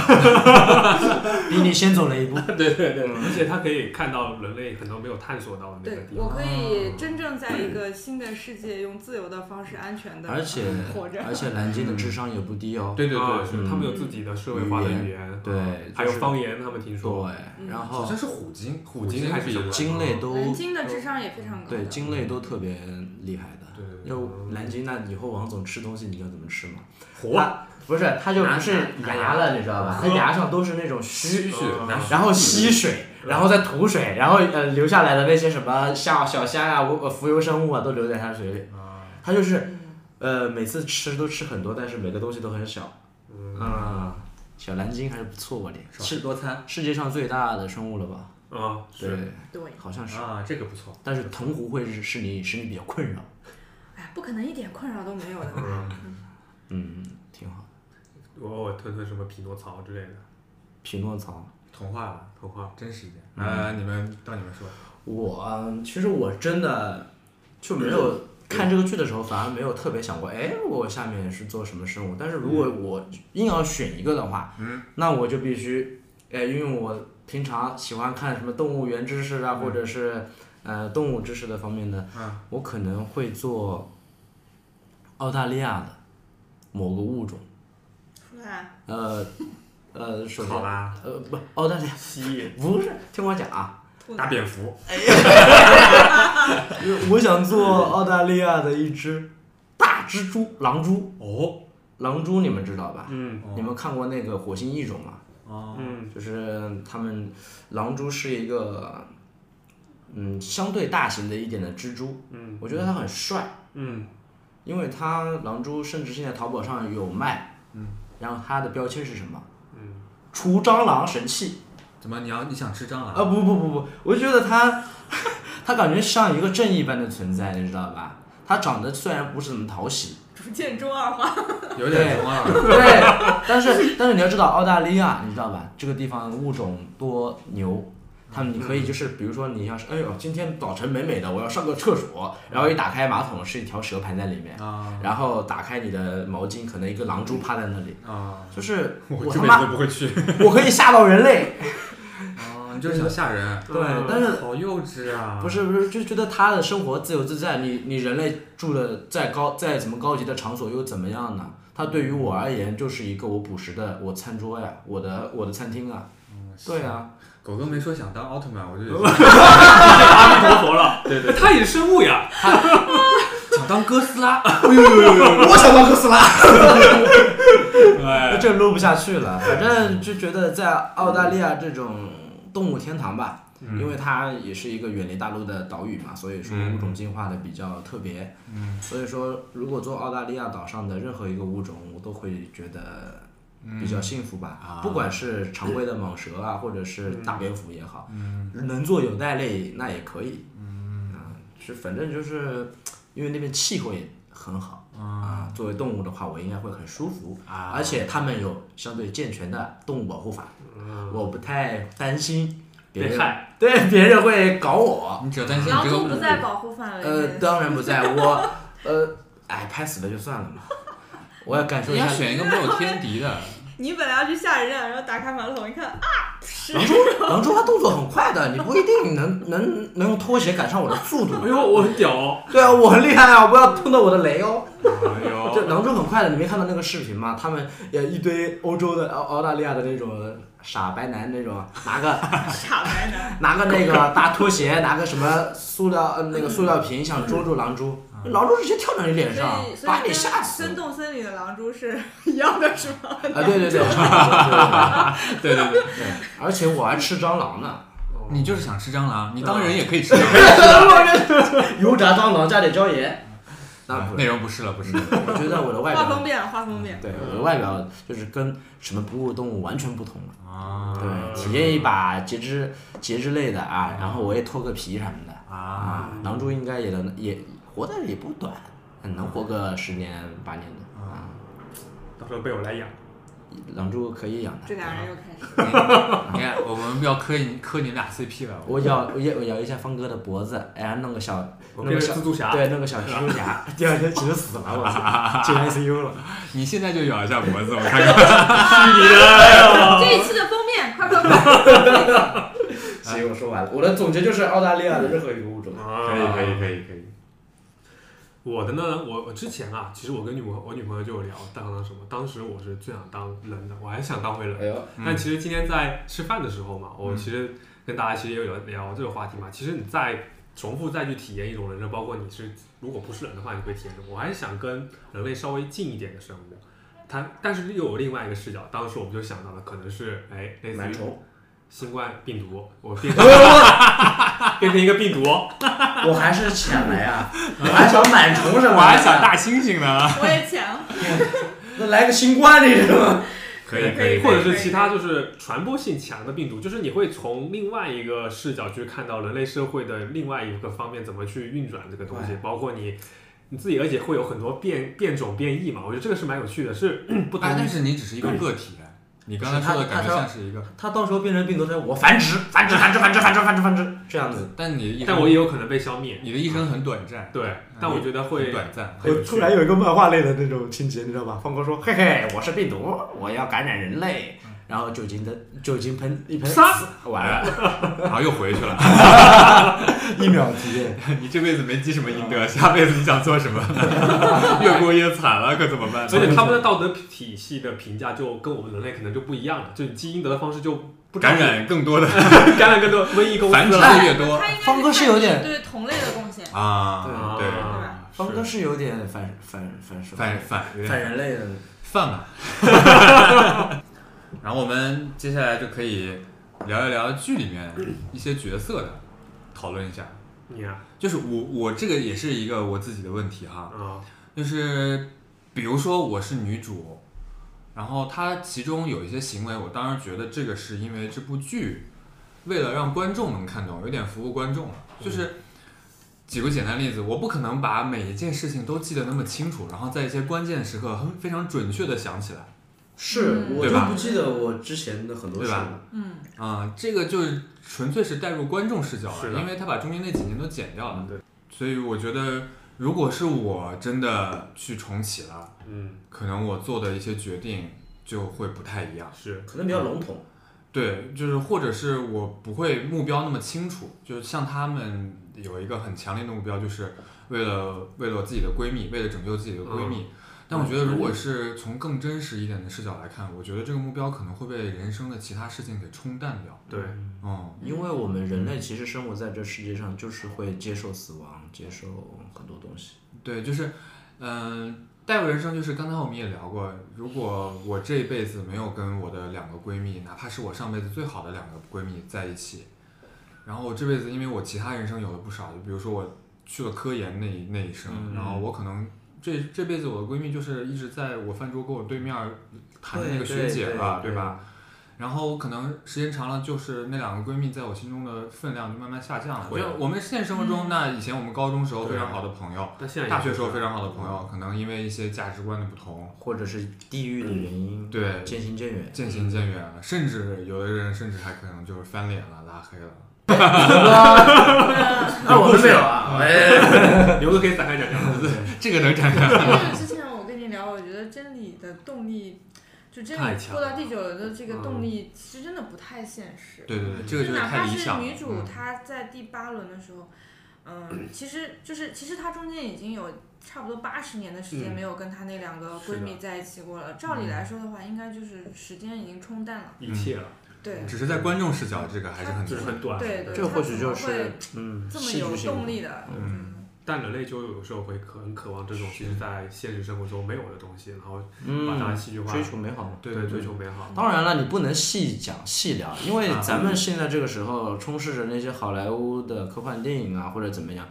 S4: 比你先走了一 步。
S1: 对对对，而且它可以看到人类很多没有探索到的那个
S3: 对，
S1: 地
S3: 我
S1: 方。
S3: 可以真正在一个新的世界用自由的方式安全的
S4: 而且
S3: 活着。
S4: 而且蓝鲸的智商也不低哦。
S2: 对对
S1: 啊
S2: 对，
S1: 是他们有自己的社会化的语言，啊
S4: 对就是
S1: 还有方言，他们听说。
S4: 对，哎
S3: 嗯
S4: 然
S2: 好
S4: 后
S2: 像是虎鲸，虎
S1: 鲸
S2: 鲸
S1: 还是
S2: 比
S1: 什么
S4: 鲸类都
S3: 蓝鲸的智商也非常高的。
S4: 对鲸类都特别厉害的。
S2: 对对对
S4: 要蓝鲸，那以后王总吃东西，你要怎么吃嘛？
S1: 活
S4: 它不是，它就不是牙了，你知道吧？它牙上都是那种
S2: 吸
S4: 须，
S2: 血，拿
S4: 然后吸水，然后再吐水，然后呃留下来的那些什么像小虾啊、无呃浮游生物啊，都留在它水里。
S1: 啊
S4: 它就是呃每次吃都吃很多，但是每个东西都很少。
S1: 嗯
S4: 啊，小蓝鲸还是不错的，是
S2: 多餐
S4: 世界上最大的生物了吧？
S1: 啊，是
S3: 对，
S4: 对，好像是。
S2: 啊，这个不错。
S4: 但是藤壶会是使你使你比较困扰。
S3: 哎，不可能一点困扰都没有的。
S4: 嗯，挺好。
S1: 我我吞吞什么匹诺曹之类的
S4: 匹诺曹，
S2: 童话吧，
S1: 童话。
S2: 真实一点。呃，你们到你们说，
S4: 我嗯其实我真的就没有看这个剧的时候，反而没有特别想过，哎，我下面是做什么生物。但是如果我硬要选一个的话，
S2: 嗯，
S4: 那我就必须，哎，因为我平常喜欢看什么动物园知识啊，或者是呃动物知识的方面的，
S2: 嗯，
S4: 我可能会做澳大利亚的某个物种，
S3: 出来，
S4: 呃呃，首先
S2: 考拉、
S4: 呃不，澳大利亚
S1: 蜥蜴、
S4: 不是，听我讲啊，
S3: 兔子
S2: 大蝙蝠，
S4: 我想做澳大利亚的一只大蜘蛛狼蛛。
S2: 哦，
S4: 狼蛛你们知道吧？
S1: 嗯
S4: 你们看过那个《火星异种》吗？
S2: 哦，
S1: 嗯，
S4: 就是他们狼蛛是一个，嗯，相对大型的一点的蜘蛛。
S1: 嗯，
S4: 我觉得它很帅，
S1: 嗯，
S4: 因为它狼蛛甚至现在淘宝上有卖。
S2: 嗯，
S4: 然后它的标签是什么？
S1: 嗯，
S4: 除蟑螂神器。
S2: 怎么你要你想吃蟑
S4: 啊
S2: 螂？
S4: 不不不不，我就觉得他， 他感觉像一个正义般的存在，你知道吧？他长得虽然不是怎么讨喜，
S3: 逐渐中二化。
S2: 有点中二。
S4: 对，但是但是你要知道，澳大利亚，你知道吧？这个地方物种多牛，他们你可以就是，比如说你要是，哎呦，今天早晨美美的，我要上个厕所，然后一打开马桶是一条蛇盘在里面，
S2: 啊
S4: 然后打开你的毛巾，可能一个狼蛛趴在那里，
S2: 啊！
S4: 就是
S2: 我这辈子
S4: 他
S2: 都
S4: 妈，
S2: 不会去。
S4: 我可以吓到人类。
S2: 哦，你就是想吓人。
S4: 对但是
S2: 好幼稚啊！
S4: 不，是不是，就觉得他的生活自由自在，你你人类住的再高再怎么高级的场所又怎么样呢？他对于我而言就是一个我捕食的我餐桌呀，我的我的餐厅啊，对啊，
S2: 狗哥没说想当奥特曼，我就以为
S1: 阿弥陀佛了，对对，它也是生物呀，
S2: 想当哥斯拉。
S4: 我想当哥斯拉，
S1: 哎，
S4: 这录不下去了，反正就觉得在澳大利亚这种动物天堂吧，因为它也是一个远离大陆的岛屿嘛，所以说
S2: 嗯
S4: 物种进化的比较特别，
S2: 嗯
S4: 所以说如果做澳大利亚岛上的任何一个物种，我都会觉得
S2: 嗯
S4: 比较幸福吧。
S2: 啊
S4: 不管是常规的蟒蛇啊，或者是大蝙蝠也好，
S2: 嗯
S4: 能做有袋类那也可以。嗯，啊，是反正就是因为那边气候也很好
S2: 啊
S4: 啊，作为动物的话，我应该会很舒服。
S2: 啊！
S4: 而且他们有相对健全的动物保护法，我不太担心别
S1: 被
S4: 人
S1: 害，
S4: 对别人会搞我。
S2: 哦你只要担心你
S3: 狼
S2: 这个
S3: 蛛
S2: 物
S3: 不在保护范围内。
S4: 呃，当然不在我，呃，哎，拍死了就算了嘛。我要感受
S2: 你
S4: 一下
S2: 要选一个没有天敌的，
S3: 你本来要去吓人家，然后打开马桶一看啊， 是
S4: 狼蛛，狼蛛它动作很快的，你不一定能能能用拖鞋赶上我的速度。
S1: 哎呦，我很屌哦，
S4: 对啊，我很厉害啊，不要碰到我的雷哦。
S2: 哎
S4: 就
S2: 呦，
S4: 狼蛛很快的，你没看到那个视频吗？他们也一堆欧洲的、澳澳大利亚的那种傻白男那种，拿个
S3: 傻啊白男。
S4: 拿个那个大拖鞋，拿个什么塑料呃那个塑料瓶想捉住狼蛛，
S2: 嗯
S4: 狼蛛直接跳到你脸上
S3: 所以，所
S4: 把
S3: 以
S4: 你
S3: 跟
S4: 吓
S3: 跟
S4: 死。
S3: 动森里的狼蛛是一样的，是吗？
S4: 啊，对对对，对对
S2: 对
S4: 对
S2: 对对，
S4: 对而且我还吃蟑螂呢，
S2: 你就是想吃蟑螂，你当人也可以吃 蟑螂，
S4: 油炸蟑螂加点椒盐。那不
S2: 嗯内容不是了，不是了，
S4: 我觉得我的外
S3: 画风
S4: 表，
S3: 变了，画风变了。
S4: 对我的外表就是跟什么哺乳动物完全不同了。
S2: 啊
S4: 对，体验一把节肢节肢类的啊，然后我也脱个皮什么的
S2: 啊。
S4: 啊。狼蛛应该也能也活的也不短，嗯能活个十年八年的啊。
S1: 到时候被我来养。
S4: 狼蛛可以养的，
S3: 这俩人又开始。
S2: 你看，我们要磕你磕你俩 CP 了，
S4: 我咬我咬我咬一下方哥的脖子，哎，弄个小
S1: 我
S4: 弄个
S1: 变
S4: 小
S1: 成蜘蛛侠
S4: 对，弄个 小蜘蛛侠，第二天只能死了，我操， 进 ICU 了。
S2: 你现在就咬一下脖子，我看看。
S4: 嗯
S3: 这一期的封面，快快 快！
S4: 行，我说完了，我的总结就是澳大利亚的任何一个物种
S1: 啊
S2: 可以可以。
S1: 我的呢，我我之前啊，其实我跟女朋友我女朋友就有聊大纲当什么，当时我是最想当人的，我还想当回人。
S4: 哎呦，
S1: 但其实今天在吃饭的时候嘛，我其实跟大家其实也有聊聊这个话题嘛。其实你再重复再去体验一种人生，包括你是如果不是人的话，你会体验什么？我还是想跟人类稍微近一点的生物，它但是又有另外一个视角。当时我们就想到了，可能是哎类似
S4: 螨
S1: 于
S4: 虫，
S1: 新冠病毒，我变成变成一个病毒，
S4: 我还是浅来啊，我还想螨虫什么的，
S2: 我还想大猩猩呢。
S3: 我也抢。
S4: 那来个新冠这种，
S1: 可
S3: 以可以
S1: 或者
S3: 可以
S1: 是其他就是传播性强的病毒，就是你会从另外一个视角去看到人类社会的另外一个方面怎么去运转这个东西，包括你你自己，而且会有很多变变种变异嘛。我觉得这个是蛮有趣的，是不同
S2: 哎，
S1: 于
S2: 但是你只是一个个体，啊你刚才说的感觉像是一个，
S4: 他到时候变成病毒，他我繁殖，繁殖，繁殖，繁殖，繁殖，繁殖，繁殖，这样子，
S2: 但你的一
S1: 但我也有可能被消灭。
S2: 你的一生很短暂，
S1: 对，但我觉得
S2: 很
S1: 会
S2: 短暂。
S1: 很有趣。
S4: 有一个漫画类的那种情节，你知道吧？方哥说：“嘿嘿，我是病毒，我要感染人类。”然后酒精的酒精喷一喷，
S1: 杀
S4: 死完了，
S2: 然后又回去了。
S4: 一秒体验。
S2: 你这辈子没积什么阴德，下辈子你想做什么？ 越过越惨了，可怎么办？
S1: 而且他们的道德体系的评价就跟我们人类可能就不一样了，就你基因得的方式就不
S2: 感染更多的
S1: 感染更多瘟疫公
S2: 繁
S1: 司
S2: 殖
S1: 了。
S2: 的越多
S3: 他应该
S4: 方哥是有点
S3: 对同类的贡献。
S2: 啊，
S1: 对
S2: 对，
S1: 啊
S4: 方哥是有点反反反手，
S2: 反反
S5: 反人类的，
S2: 饭吧。 然后我们接下来就可以聊一聊剧里面一些角色的讨论一下。
S1: 你啊
S2: 就是我我这个也是一个我自己的问题哈，
S1: 啊
S2: 就是比如说我是女主，然后她其中有一些行为，我当然觉得这个是因为这部剧为了让观众能看懂，有点服务观众了。
S1: 嗯
S2: 就是举个简单例子，我不可能把每一件事情都记得那么清楚，然后在一些关键时刻很非常准确的想起来。
S4: 是
S3: 嗯
S4: 我
S2: 对
S4: 就
S2: 吧
S4: 不记得我之前的很多事
S2: 对吧
S4: 了。
S3: 嗯，
S2: 啊、这个就是纯粹是带入观众视角
S1: 是
S2: 了，
S1: 的
S2: 因为他把中间那几年都剪掉了，
S1: 对，
S2: 所以我觉得如果是我真的去重启了，
S1: 嗯
S2: 可能我做的一些决定就会不太一样。
S1: 是
S4: 可能比较笼统，
S2: 对，就是或者是我不会目标那么清楚，就是像他们有一个很强烈的目标，就是为了为了我自己的闺蜜，为了拯救自己的闺蜜。但我觉得，如果是从更真实一点的视角来看，我觉得这个目标可能会被人生的其他事情给冲淡掉。
S1: 对。
S2: 嗯，
S4: 因为我们人类其实生活在这世界上，就是会接受死亡，接受很多东西。
S2: 对，就是，嗯、代入人生就是刚才我们也聊过，如果我这辈子没有跟我的两个闺蜜，哪怕是我上辈子最好的两个闺蜜在一起，然后我这辈子因为我其他人生有了不少，就比如说我去了科研那一那一生，
S1: 嗯
S2: 然后我可能这这辈子我的闺蜜就是一直在我饭桌跟我对面儿谈的那个
S4: 对
S2: 学
S4: 对
S2: 姐
S4: 对
S2: 吧，
S4: 对
S2: 吧？然后可能时间长了，就是那两个闺蜜在我心中的分量就慢慢下降了。
S1: 会
S2: 就我们现实生活中，
S3: 嗯
S2: 那以前我们高中时候
S1: 对
S2: 非常好的朋友，
S1: 但现在也
S2: 大学
S1: 是
S2: 时候非常好的朋友，可能因为一些价值观的不同，
S4: 或者是地域的原因，
S2: 对
S4: 渐行渐远。
S2: 渐行渐远了，甚至有的人甚至还可能就是翻脸了、拉黑了。
S4: 那我们没有啊，
S1: 留个可以展开讲讲。
S2: 这个能展开？
S3: 因为之前我跟你聊，我觉得真理的动力，就真
S1: 太
S3: 理
S1: 强
S3: 做到
S1: 了
S3: 第九轮的这个
S1: 嗯
S3: 动力，其实真的不太现实。
S2: 对对对，这个
S3: 就
S2: 就是
S3: 哪
S2: 太
S3: 怕
S2: 理
S3: 是
S2: 想了。
S3: 女主
S2: 嗯
S3: 她在第八轮的时候，嗯，其实就是其实她中间已经有差不多八十年的时间
S1: 嗯
S3: 没有跟她那两个
S1: 是
S3: 闺
S1: 的
S3: 蜜在一起过了。照理来说的话，应该就是时间已经冲淡了。
S1: 一切了，
S3: 对
S2: 只是在观众视角，这嗯个还是很
S1: 就是很短。
S3: 对对，
S4: 这
S3: 她
S4: 或
S3: 怎
S4: 许
S3: 么
S4: 就是
S3: 会
S4: 嗯，
S3: 这么
S4: 戏剧
S3: 有
S4: 性
S3: 动力的，
S2: 嗯
S1: 但人类就有时候会渴很渴望这种其实在现实生活中没有的东西，然后把它
S4: 嗯，
S1: 戏剧化，
S4: 追求美好嘛。
S1: 对
S2: 对对
S1: 追求美好。
S4: 当然了，你不能细讲细聊，因为咱们现在这个时候充斥着那些好莱坞的科幻电影啊，或者怎么样，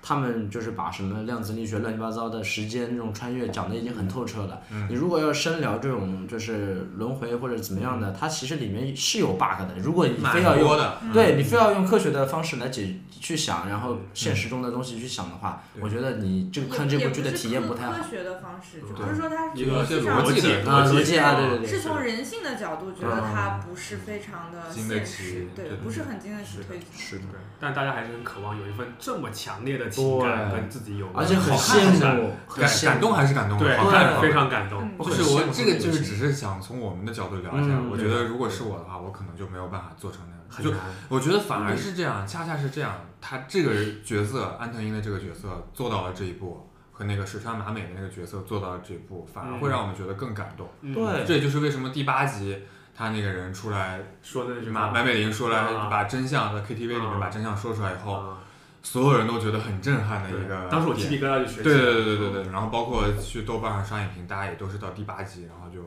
S4: 他们就是把什么量子力学乱七八糟的时间这种穿越讲的已经很透彻了。
S2: 嗯
S4: 你如果要深聊这种就是轮回或者怎么样的，它其实里面是有 bug 的。如果你
S2: 蛮
S4: 非要用
S2: 多的，
S4: 对你非要用科学的方式来解去想，然后现实中的东西去想的话，
S2: 对
S4: 我觉得你这
S3: 也
S4: 个看这
S3: 也
S4: 部
S3: 不
S4: 剧的
S3: 是
S4: 体验
S3: 科
S4: 不太好
S3: 科学的方式，就
S1: 嗯
S3: 不是说它
S1: 一个
S3: 实际上
S2: 逻辑的
S4: 啊，
S2: 逻
S4: 逻
S2: 辑
S4: 辑啊，对对对，
S3: 是从人性的角度觉得它不是非常
S4: 嗯
S3: 的
S2: 经得
S3: 现
S2: 起
S3: 实，
S2: 对
S3: 对，
S2: 对
S3: 不是很经得起
S1: 是的
S3: 推举。
S4: 是的
S1: 对，但大家还是很渴望有一份这么强烈的情感
S4: 对
S1: 跟自己有，
S4: 而且很
S1: 好看
S4: 羡
S1: 很感
S4: 慕，很
S2: 感
S4: 羡慕
S2: 感动还是感动的，
S1: 对，
S2: 好看
S1: 非常感动
S3: 嗯。
S2: 就
S4: 很
S2: 是
S4: 羡
S2: 我
S4: 慕
S2: 这
S4: 这
S2: 个
S4: 个
S2: 就
S4: 东
S2: 是
S4: 西
S2: 只是想从我们的角度聊一下，
S4: 嗯
S2: 我觉得如果是我的话，我可能就没有办法做成那样，
S4: 很
S2: 就
S4: 难。
S2: 我觉得反
S1: 嗯
S2: 而是这样，恰恰是这样，他这个角色安藤英的这个角色做到了这一步，和那个石川麻美的那个角色做到了这一步，反而会让我们觉得更感动。
S1: 嗯，
S2: 这也就是为什么第八集他那个人出来，
S1: 说的那句
S2: 马
S1: 话
S2: 马美玲说来
S1: 啊
S2: 把真相在 KTV 里
S1: 啊
S2: 面把真相说出来以后，
S1: 啊
S2: 所有人都觉得很震撼的一个。
S1: 当时我鸡。皮疙瘩就学起
S2: 对
S1: 来
S2: 对对对对对，然后包括去豆瓣上刷影评，大家也都是到第八集，然后就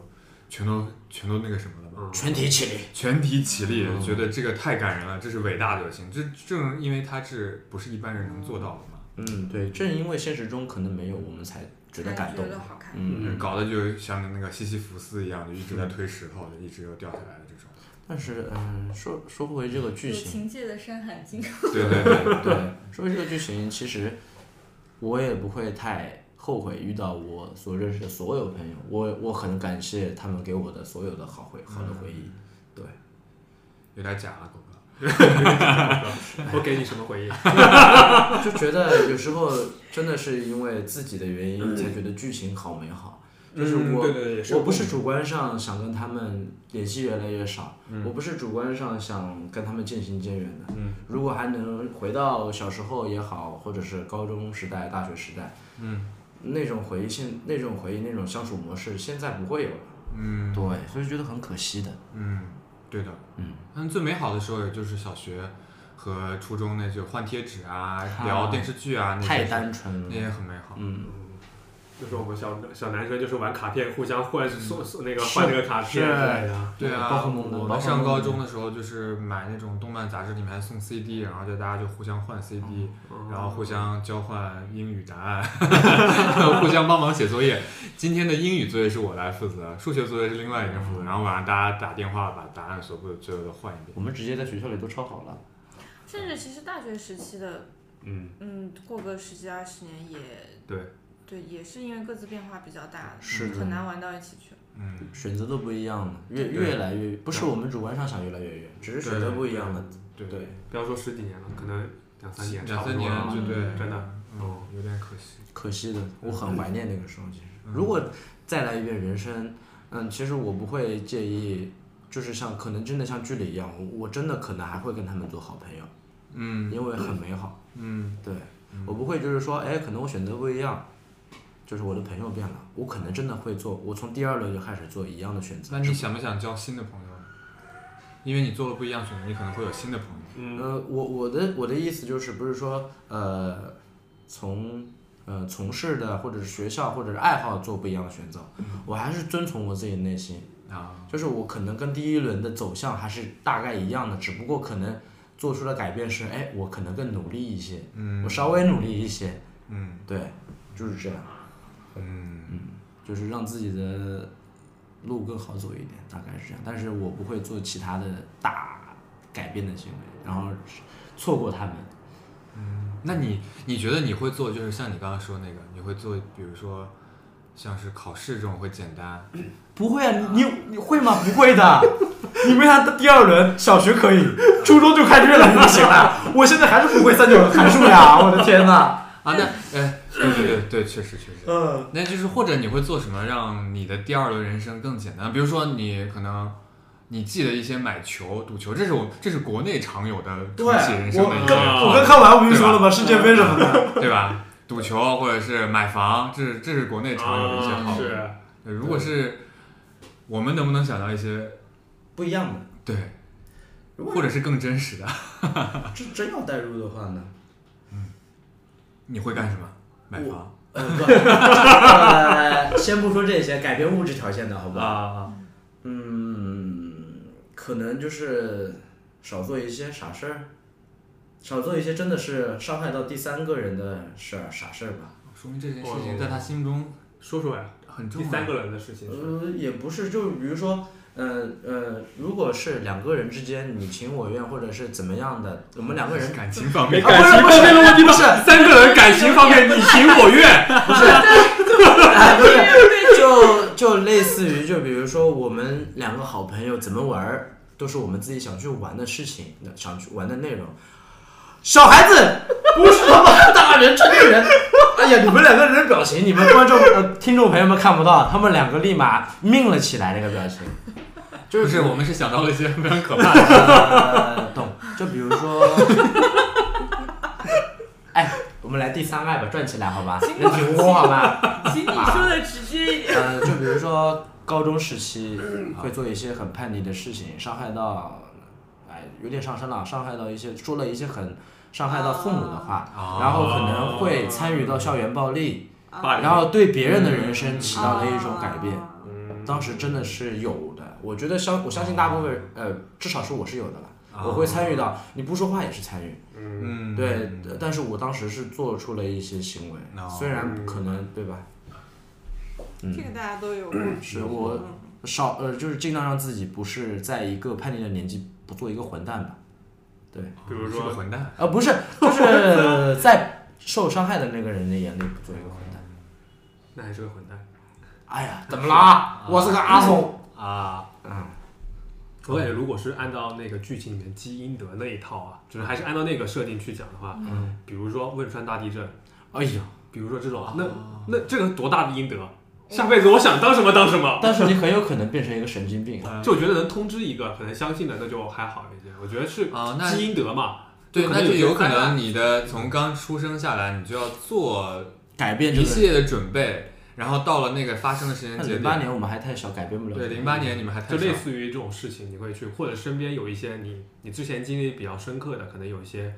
S2: 全都全都那个什么了嘛。
S1: 嗯
S4: 全体起立。
S2: 全体起立，
S4: 嗯
S2: 觉得这个太感人了，这是伟大的友情，这正因为它是不是一般人能做到的嘛，
S4: 嗯，对，正因为现实中可能没有，我们才觉得感动
S3: 觉。得好看。
S4: 嗯，
S1: 嗯
S2: 搞得就像那个西西弗斯一样，就一直在推石头的，一直又掉下来的这种。
S4: 但是嗯，说说回这个剧
S3: 有
S4: 情，
S3: 情界的《山海 经》，
S2: 对对对，
S4: 对，说回这个剧情，其实我也不会太后悔遇到我所认识的所有朋友，我我很感谢他们给我的所有的好回好的回忆。
S2: 有点假啊了，狗哥。
S1: 我给你什么回应？
S4: 就觉得有时候真的是因为自己的原因才觉得剧情好美好。就是
S2: 嗯
S4: 我，
S2: 对对对也是
S4: 我不是主观上想跟他们联系越来越少，我不是主观上想跟他们渐行渐远的。
S2: 嗯
S4: 如果还能回到小时候也好，或者是高中时代、大学时代，
S2: 嗯
S4: 那种回忆现那种回忆那种相处模式，现在不会有了。
S2: 嗯
S4: 对，所以觉得很可惜的。
S2: 嗯，对的。
S4: 嗯，
S2: 但最美好的时候也就是小学和初中那就换贴纸啊，聊电视剧啊，那些
S4: 太单纯
S2: 那
S4: 了。
S2: 也很美好。
S4: 嗯，
S1: 就是我们小小男生就是玩卡片，互相换
S2: 嗯
S1: 送送那个
S4: 是
S1: 换这个卡片之类的。
S2: 对啊，
S4: 宝可梦的
S2: 我
S4: 宝
S2: 们
S4: 可
S2: 上
S4: 梦
S2: 高
S4: 的
S2: 中的时候就是买那种动漫杂志，里面还送 CD，然后就大家就互相换 CD，、
S1: 嗯
S2: 然后互相交换英语答案，互相帮忙写作业。今天的英语作业是我来负责，数学作业是另外一个人负责。然后晚上大家打电话把答案所有的最后都换一遍。
S4: 我们直接在学校里都抄好了。
S3: 甚至其实大学时期的，
S1: 嗯，
S3: 嗯，过个十几二十年也
S2: 对，
S3: 对，也是因为各自变化比较大，
S4: 是的
S3: 很难玩到一起去 了。
S2: 嗯，
S4: 选择都不一样了，越
S2: 对
S4: 越来越不是我们主观上想越来越远，只是选择不一样了。
S2: 对，
S4: 对，
S1: 嗯不要说十几年了，可能
S2: 嗯
S1: 两三年，
S2: 两三年
S1: 差不多
S2: 就
S1: 了
S2: 对，
S1: 真的，
S2: 嗯，有点可惜。
S4: 可惜的，我很怀念那个时候。其实，
S2: 嗯
S4: 如果再来一遍人生，嗯，其实我不会介意，就是像可能真的像剧里一样，我我真的可能还会跟他们做好朋友，
S2: 嗯
S4: 因为很美好。
S2: 嗯
S4: 对我不会就是说，哎，可能我选择不一样，就是我的朋友变了，我可能真的会做，我从第二轮就开始做一样的选择
S2: 那。你想不想交新的朋友？因为你做了不一样选择，你可能会有新的朋友。
S1: 嗯，
S4: 呃，我我的我的意思就是不是说呃，从呃从事的或者是学校或者是爱好做不一样的选择，
S2: 嗯
S4: 我还是遵从我自己的内心，
S2: 啊，
S4: 就是我可能跟第一轮的走向还是大概一样的，只不过可能做出的改变是，哎，我可能更努力一些，
S2: 嗯
S4: 我稍微努力一些，
S2: 嗯
S4: 对，就是这样，
S2: 嗯，
S4: 就是让自己的
S6: 路更好走一点，大概是这样。但是我不会做其他的大改变的行为，然后错过他们。
S2: 那你你觉得你会做，就是像你刚刚说那个，你会做，比如说像是考试这种会简单，
S6: 不会啊，你你会吗？不会的。你为啥第二轮小学可以，初中就开始越来越不行了？我现在还是不会三角函数呀！我的天哪！
S2: 啊，那哎，对对对对，确实确实，
S6: 嗯，
S2: 那就是或者你会做什么让你的第二轮人生更简单？比如说你可能你记得一些买球、赌球，这是我这是国内常有的
S6: 对，
S2: 重启人生的一
S6: 我
S2: 个，
S6: 跟
S1: 啊
S6: 我跟看完不就说了吗？世界杯什么的，
S2: 对吧？赌球或者是买房，这是这是国内常有的一些
S1: 啊
S2: 好。
S1: 是
S2: 对如果是我们能不能想到一些
S4: 不一样的。
S2: 对，
S4: 如果
S2: 或者是更真实的，
S4: 这真要代入的话 呢？
S2: 你会干什么？买房
S4: 呃，不，呃，先不说这些，改变物质条件的好不好？
S2: 啊？
S4: 嗯，可能就是少做一些傻事儿，少做一些真的是伤害到第三个人的事儿傻事儿吧。
S2: 说明这件事情在他心中
S1: 说说呀，
S2: 很重
S1: 第
S2: 要。
S1: 三个人的事情是
S4: 呃，也不是，就比如说，呃呃，如果是两个人之间你情我愿，或者是怎么样的，我们两个人
S2: 感情方
S1: 没
S2: 面，
S1: 感情方面的问题吗？三个人感情方面你情我愿，
S4: 哎不是，就就类似于，就比如说我们两个好朋友怎么玩儿，都是我们自己想去玩的事情，想去玩的内容。小孩子不是他妈大人成年人，哎呀，你们两个人的表情，你们观众呃听众朋友们看不到，他们两个立马命了起来，那个表情。
S2: 就是我们是想到了一些非常可 怕的。
S4: 呃，懂。就比如说， 哎，我们来第三爱吧，转起来好吧，人体蜈蚣好吧。
S3: 请你说的直接一 点。
S4: 呃，就比如说高中时期
S2: 嗯
S4: 会做一些很叛逆的事情，伤害到，哎，有点上升了，伤害到一些说了一些很伤害到父母的话，
S2: 哦
S4: 然后可能会参与到校园暴力，
S1: 霸凌
S4: 然后对别人的人
S2: 嗯
S4: 生起到了一
S3: 啊
S4: 种改变。
S1: 嗯
S4: 当时真的是有的，我觉得相我相信大部分人呃，至少是我是有的
S1: 啊
S4: 了，我会参与到，你不说话也是参与，
S1: 嗯，
S2: 哦嗯，
S4: 对，呃但是我当时是做出了一些行为
S2: 哦，
S4: 虽然可能对吧，嗯
S3: 这个大家都有过。
S4: 是我
S3: 嗯
S4: 少呃，就是尽量让自己不是在一个叛逆的年纪不做一个混蛋吧，
S1: 比如
S2: 嗯是个
S1: 说
S2: 混蛋，
S4: 呃，不是，就是 在受伤害的那个人的眼里不做一个混蛋。
S1: 那还是个混蛋。
S4: 哎呀，怎么啦？我是个阿松。
S1: 啊，
S4: 嗯，
S1: 我感觉如果是按照那个剧情里面基因德那一套啊，就是还是按照那个设定去讲的话，嗯，比如说汶川大地震，
S4: 哎呀，
S1: 比如说这种，那那这个多大的阴德？下辈子我想当什么当什么，
S4: 但是你很有可能变成一个神经病。
S1: 就我觉得能通知一个可能相信的，那就还好一些。我觉得是
S2: 啊那
S1: 基因德嘛，
S2: 对，
S1: 可
S2: 那
S1: 能
S2: 就有
S1: 些
S2: 可
S1: 灾难
S2: 能你的从刚出生下来，你就要做
S4: 改变这
S2: 一
S4: 个
S2: 系列的准备，然后到了那个发生的时间
S4: 但
S2: 节
S4: 零八
S2: 点，
S4: 年我们还太小，改变不了。
S2: 对，零八年你们还太
S1: 就
S2: 小
S1: 类，似于这种事情，你会去或者身边有一些你你之前经历比较深刻的，可能有一些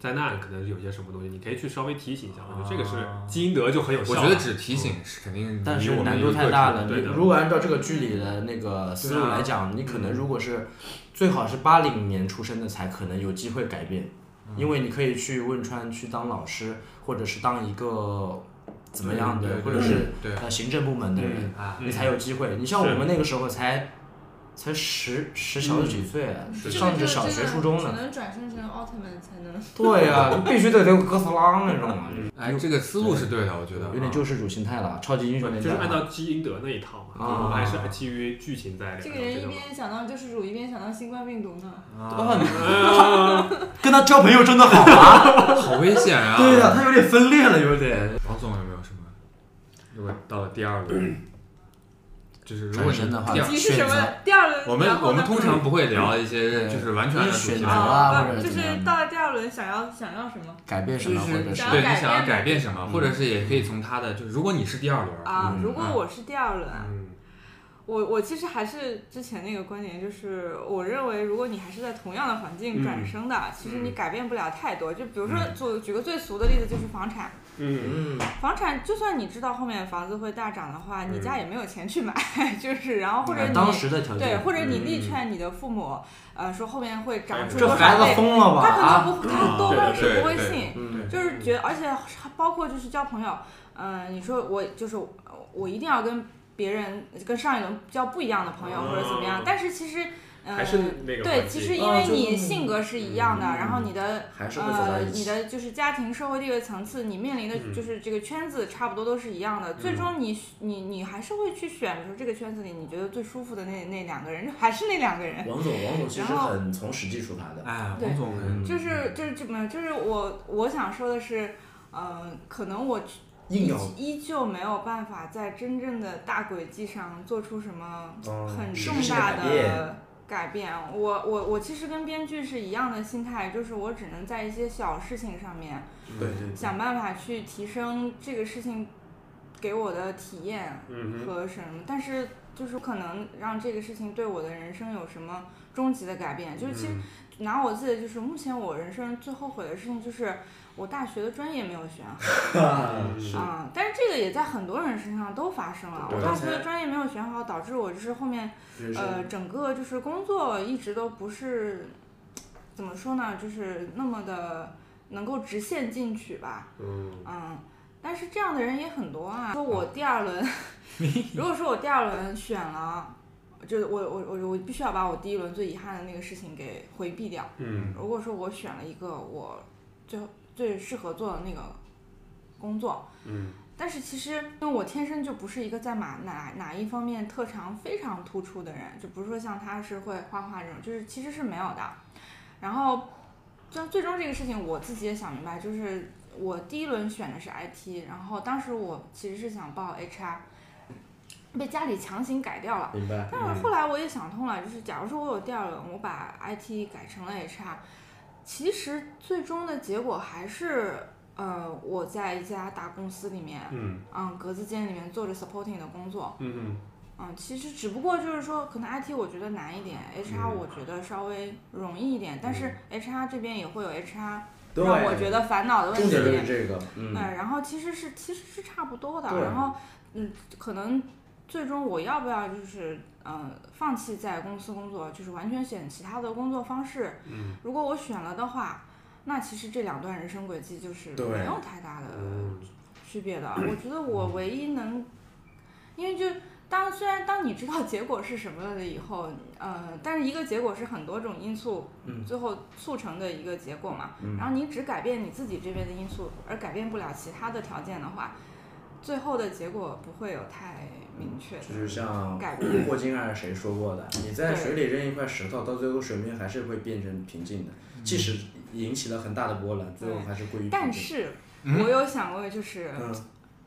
S1: 灾难，可能有些什么东西，你可以去稍微提醒一下。我觉得这个哦是基因德就很有效
S2: 哦我
S1: 了。
S2: 觉得只提醒是肯定，
S4: 但是
S2: 嗯我们
S4: 难
S2: 一
S4: 度
S2: 个
S4: 太大
S2: 程
S4: 了。
S1: 对
S4: 你
S1: 的
S4: 如果按照这个剧里的那
S2: 啊
S4: 个思路来讲，你可
S2: 嗯
S4: 能如果是最好是八零年出生的才可能有机会改变，
S2: 嗯
S4: 因为你可以去汶川去当老师，或者是当一个怎么样的
S2: 对，对
S4: 或者是
S2: 对
S4: 呃行政部门的人，
S2: 度啊，
S1: 嗯
S4: 你才有机会。你像我们那个时候才才十十小几岁，啊
S2: 嗯
S4: 上着小学初中
S3: 只
S4: 呢。
S3: 能转生成奥特曼才能。
S4: 对呀，你 必须得留哥斯拉那种啊，
S2: 哎，这个思路是对的，我觉得
S4: 有点救世主心态了，超级英雄那
S1: 嗯就是
S4: 种
S2: 啊
S1: 按照基因德那一套
S2: 哦
S1: 嘛，就是我们还是基于剧情
S4: 哎
S1: 在聊
S3: 这
S1: 这
S3: 个人一
S1: 种。
S3: 边想到救世主，一边想到新冠病毒呢。
S4: 啊 跟他交朋友真的好 啊。
S2: 好危险啊！
S4: 对呀、他有点分裂了，有点。
S2: 王总有没有什么？如果到了第二轮，就是如果
S4: 转身
S2: 你
S4: 的话
S2: 第二
S3: 题是什
S4: 选
S3: 么？第二轮。
S2: 我们
S3: 然后呢
S2: 我们通常不会聊一些就是完全按照主
S4: 选
S2: 题
S4: 择
S2: 来聊
S4: 啊，
S3: 啊，
S4: 或者
S3: 不就
S4: 怎么
S3: 是
S4: 样
S3: 到了第二轮，想要想要什么？
S4: 改变什么，
S2: 就
S4: 或
S2: 是
S4: 者是
S3: 想要
S2: 对你
S3: 改
S2: 想要
S3: 变
S2: 改变什么，或者是也可以从他的，就是如果你是第二轮儿，
S3: 啊，如果
S2: 嗯
S3: 我是第二轮，啊，
S1: 嗯
S3: 我我其实还是之前那个观点，就是我认为如果你还是在同样的环境转生的，其实你
S4: 嗯
S3: 改变不了太多。就比如说，做举个最俗的例子，就是房产。
S1: 嗯，
S4: 嗯，
S3: 房产就算你知道后面房子会大涨的话，你家也没有钱去买， 就是然后或者
S4: 嗯哎
S3: 你
S4: 当时的条
S3: 对，
S4: 件，
S3: 或者你力劝你的父母，呃，说后面会
S1: 哎
S3: 长出
S1: 这
S4: 这
S3: 多
S4: 孩
S3: 少
S4: 子
S3: 倍，
S4: 疯了吧？
S3: 他可
S4: 啊，
S3: 能不，他多
S1: 对
S3: 半
S1: 对
S3: 是
S2: 对
S3: 不会呃
S2: 对
S3: 信。
S4: 嗯，
S3: 就是呃觉得，而且包括就是交朋友，嗯、你说我就是我一定要跟别人跟上一轮比较不一样的朋友或者怎么样
S1: 哦，
S3: 但是其实。嗯
S1: 还是那个
S3: 对，
S1: 环
S3: 其
S1: 境
S3: 实因
S5: 啊
S3: 为
S5: 就是
S3: 你性格是一样的，然后你的
S5: 还是会走到
S3: 呃，
S5: 一
S3: 你
S5: 起。
S3: 的就是家庭、社会地位层次，你面临
S1: 嗯
S3: 的就是这个圈子差不多都是一样的。最终你你你还是会去选出这个圈子里你觉得最舒服的那那两个人，还是那两个
S1: 嗯
S3: 人。
S5: 王总，王总其实
S3: 然后
S5: 很从实际出发的，
S2: 哎，
S3: 对
S2: 王总很
S3: 就是就是怎么就是我我想说的是，呃，可能我
S5: 硬要嗯
S3: 依旧没有办法在真正的大轨迹上做出什么很
S5: 嗯实
S3: 重
S5: 质性
S3: 大
S5: 改变
S3: 的改变。我我我其实跟编剧是一样的心态，就是我只能在一些小事情上面。
S2: 嗯
S5: 对对对
S3: 想办法去提升这个事情给我的体验
S1: 嗯
S3: 和什么，但是就是可能让这个事情对我的人生有什么终极的改变。就是
S5: 嗯
S3: 其实拿我自己的就是目前我人生最后悔的事情就是我大学的专业没有选好
S1: 嗯是
S3: 啊、但是这个也在很多人身上都发生了。
S1: 对
S3: 我大
S5: 刚
S3: 学的
S5: 才
S3: 专业没有选好，导致我就是后面
S5: 人
S3: 呃
S5: 生
S3: 整个就是工作一直都不是怎么说呢，就是那么的能够直线进取吧。
S1: 嗯
S3: 嗯，但是这样的人也很多啊。说我第二轮， 如果说我第二轮选了，就是我我我我必须要把我第一轮最遗憾的那个事情给回避掉。
S1: 嗯
S3: 如果说我选了一个我最最适合做的那个工作，
S1: 嗯
S3: 但是其实因为我天生就不是一个在哪哪哪一方面特长非常突出的人，就不是说像他是会画画这种，就是其实是没有的。然后最最终这个事情我自己也想明白，就是我第一轮选的是 IT，然后当时我其实是想报 HR，被家里强行改掉了。
S5: 明白。
S3: 但是后来我也想通了，就是假如说我有第二轮，我把 IT 改成了 HR，其实最终的结果还是，呃，我在一家大公司里面，
S1: 嗯
S3: 嗯，格子间里面做着 supporting 的工作，
S1: 嗯
S3: 嗯，其实只不过就是说，可能 IT 我觉得难一点，HR
S1: 嗯
S3: 我觉得稍微容易一点，但是 HR 这边也会有 HR
S5: 对，
S3: 让我觉得烦恼的问题，
S5: 重点就是这个，嗯
S3: 对，，哎然后其实是其实是差不多的，
S5: 对
S3: 然后嗯，可能最终我要不要就是呃放弃在公司工作，就是完全选其他的工作方式。
S1: 嗯，
S3: 如果我选了的话，那其实这两段人生轨迹就是
S5: 对
S3: 没有太大的
S1: 嗯
S3: 区别的。
S5: 嗯
S3: 我觉得我唯一能，因为就当虽然当你知道结果是什么了以后，呃，但是一个结果是很多种因素
S5: 嗯
S3: 最后促成的一个结果嘛。
S5: 嗯
S3: 然后你只改变你自己这边的因素，而改变不了其他的条件的话，最后的结果不会有太明确
S5: 就
S3: 的
S5: 是像
S3: 改变。
S5: 霍金还是谁说过的，你在水里扔一块石头，到最后水面还是会变成平静的，即使引起了很大的波澜，最后还是归于平
S3: 嗯但
S5: 静。
S3: 是，我有想过，就是、
S5: 嗯，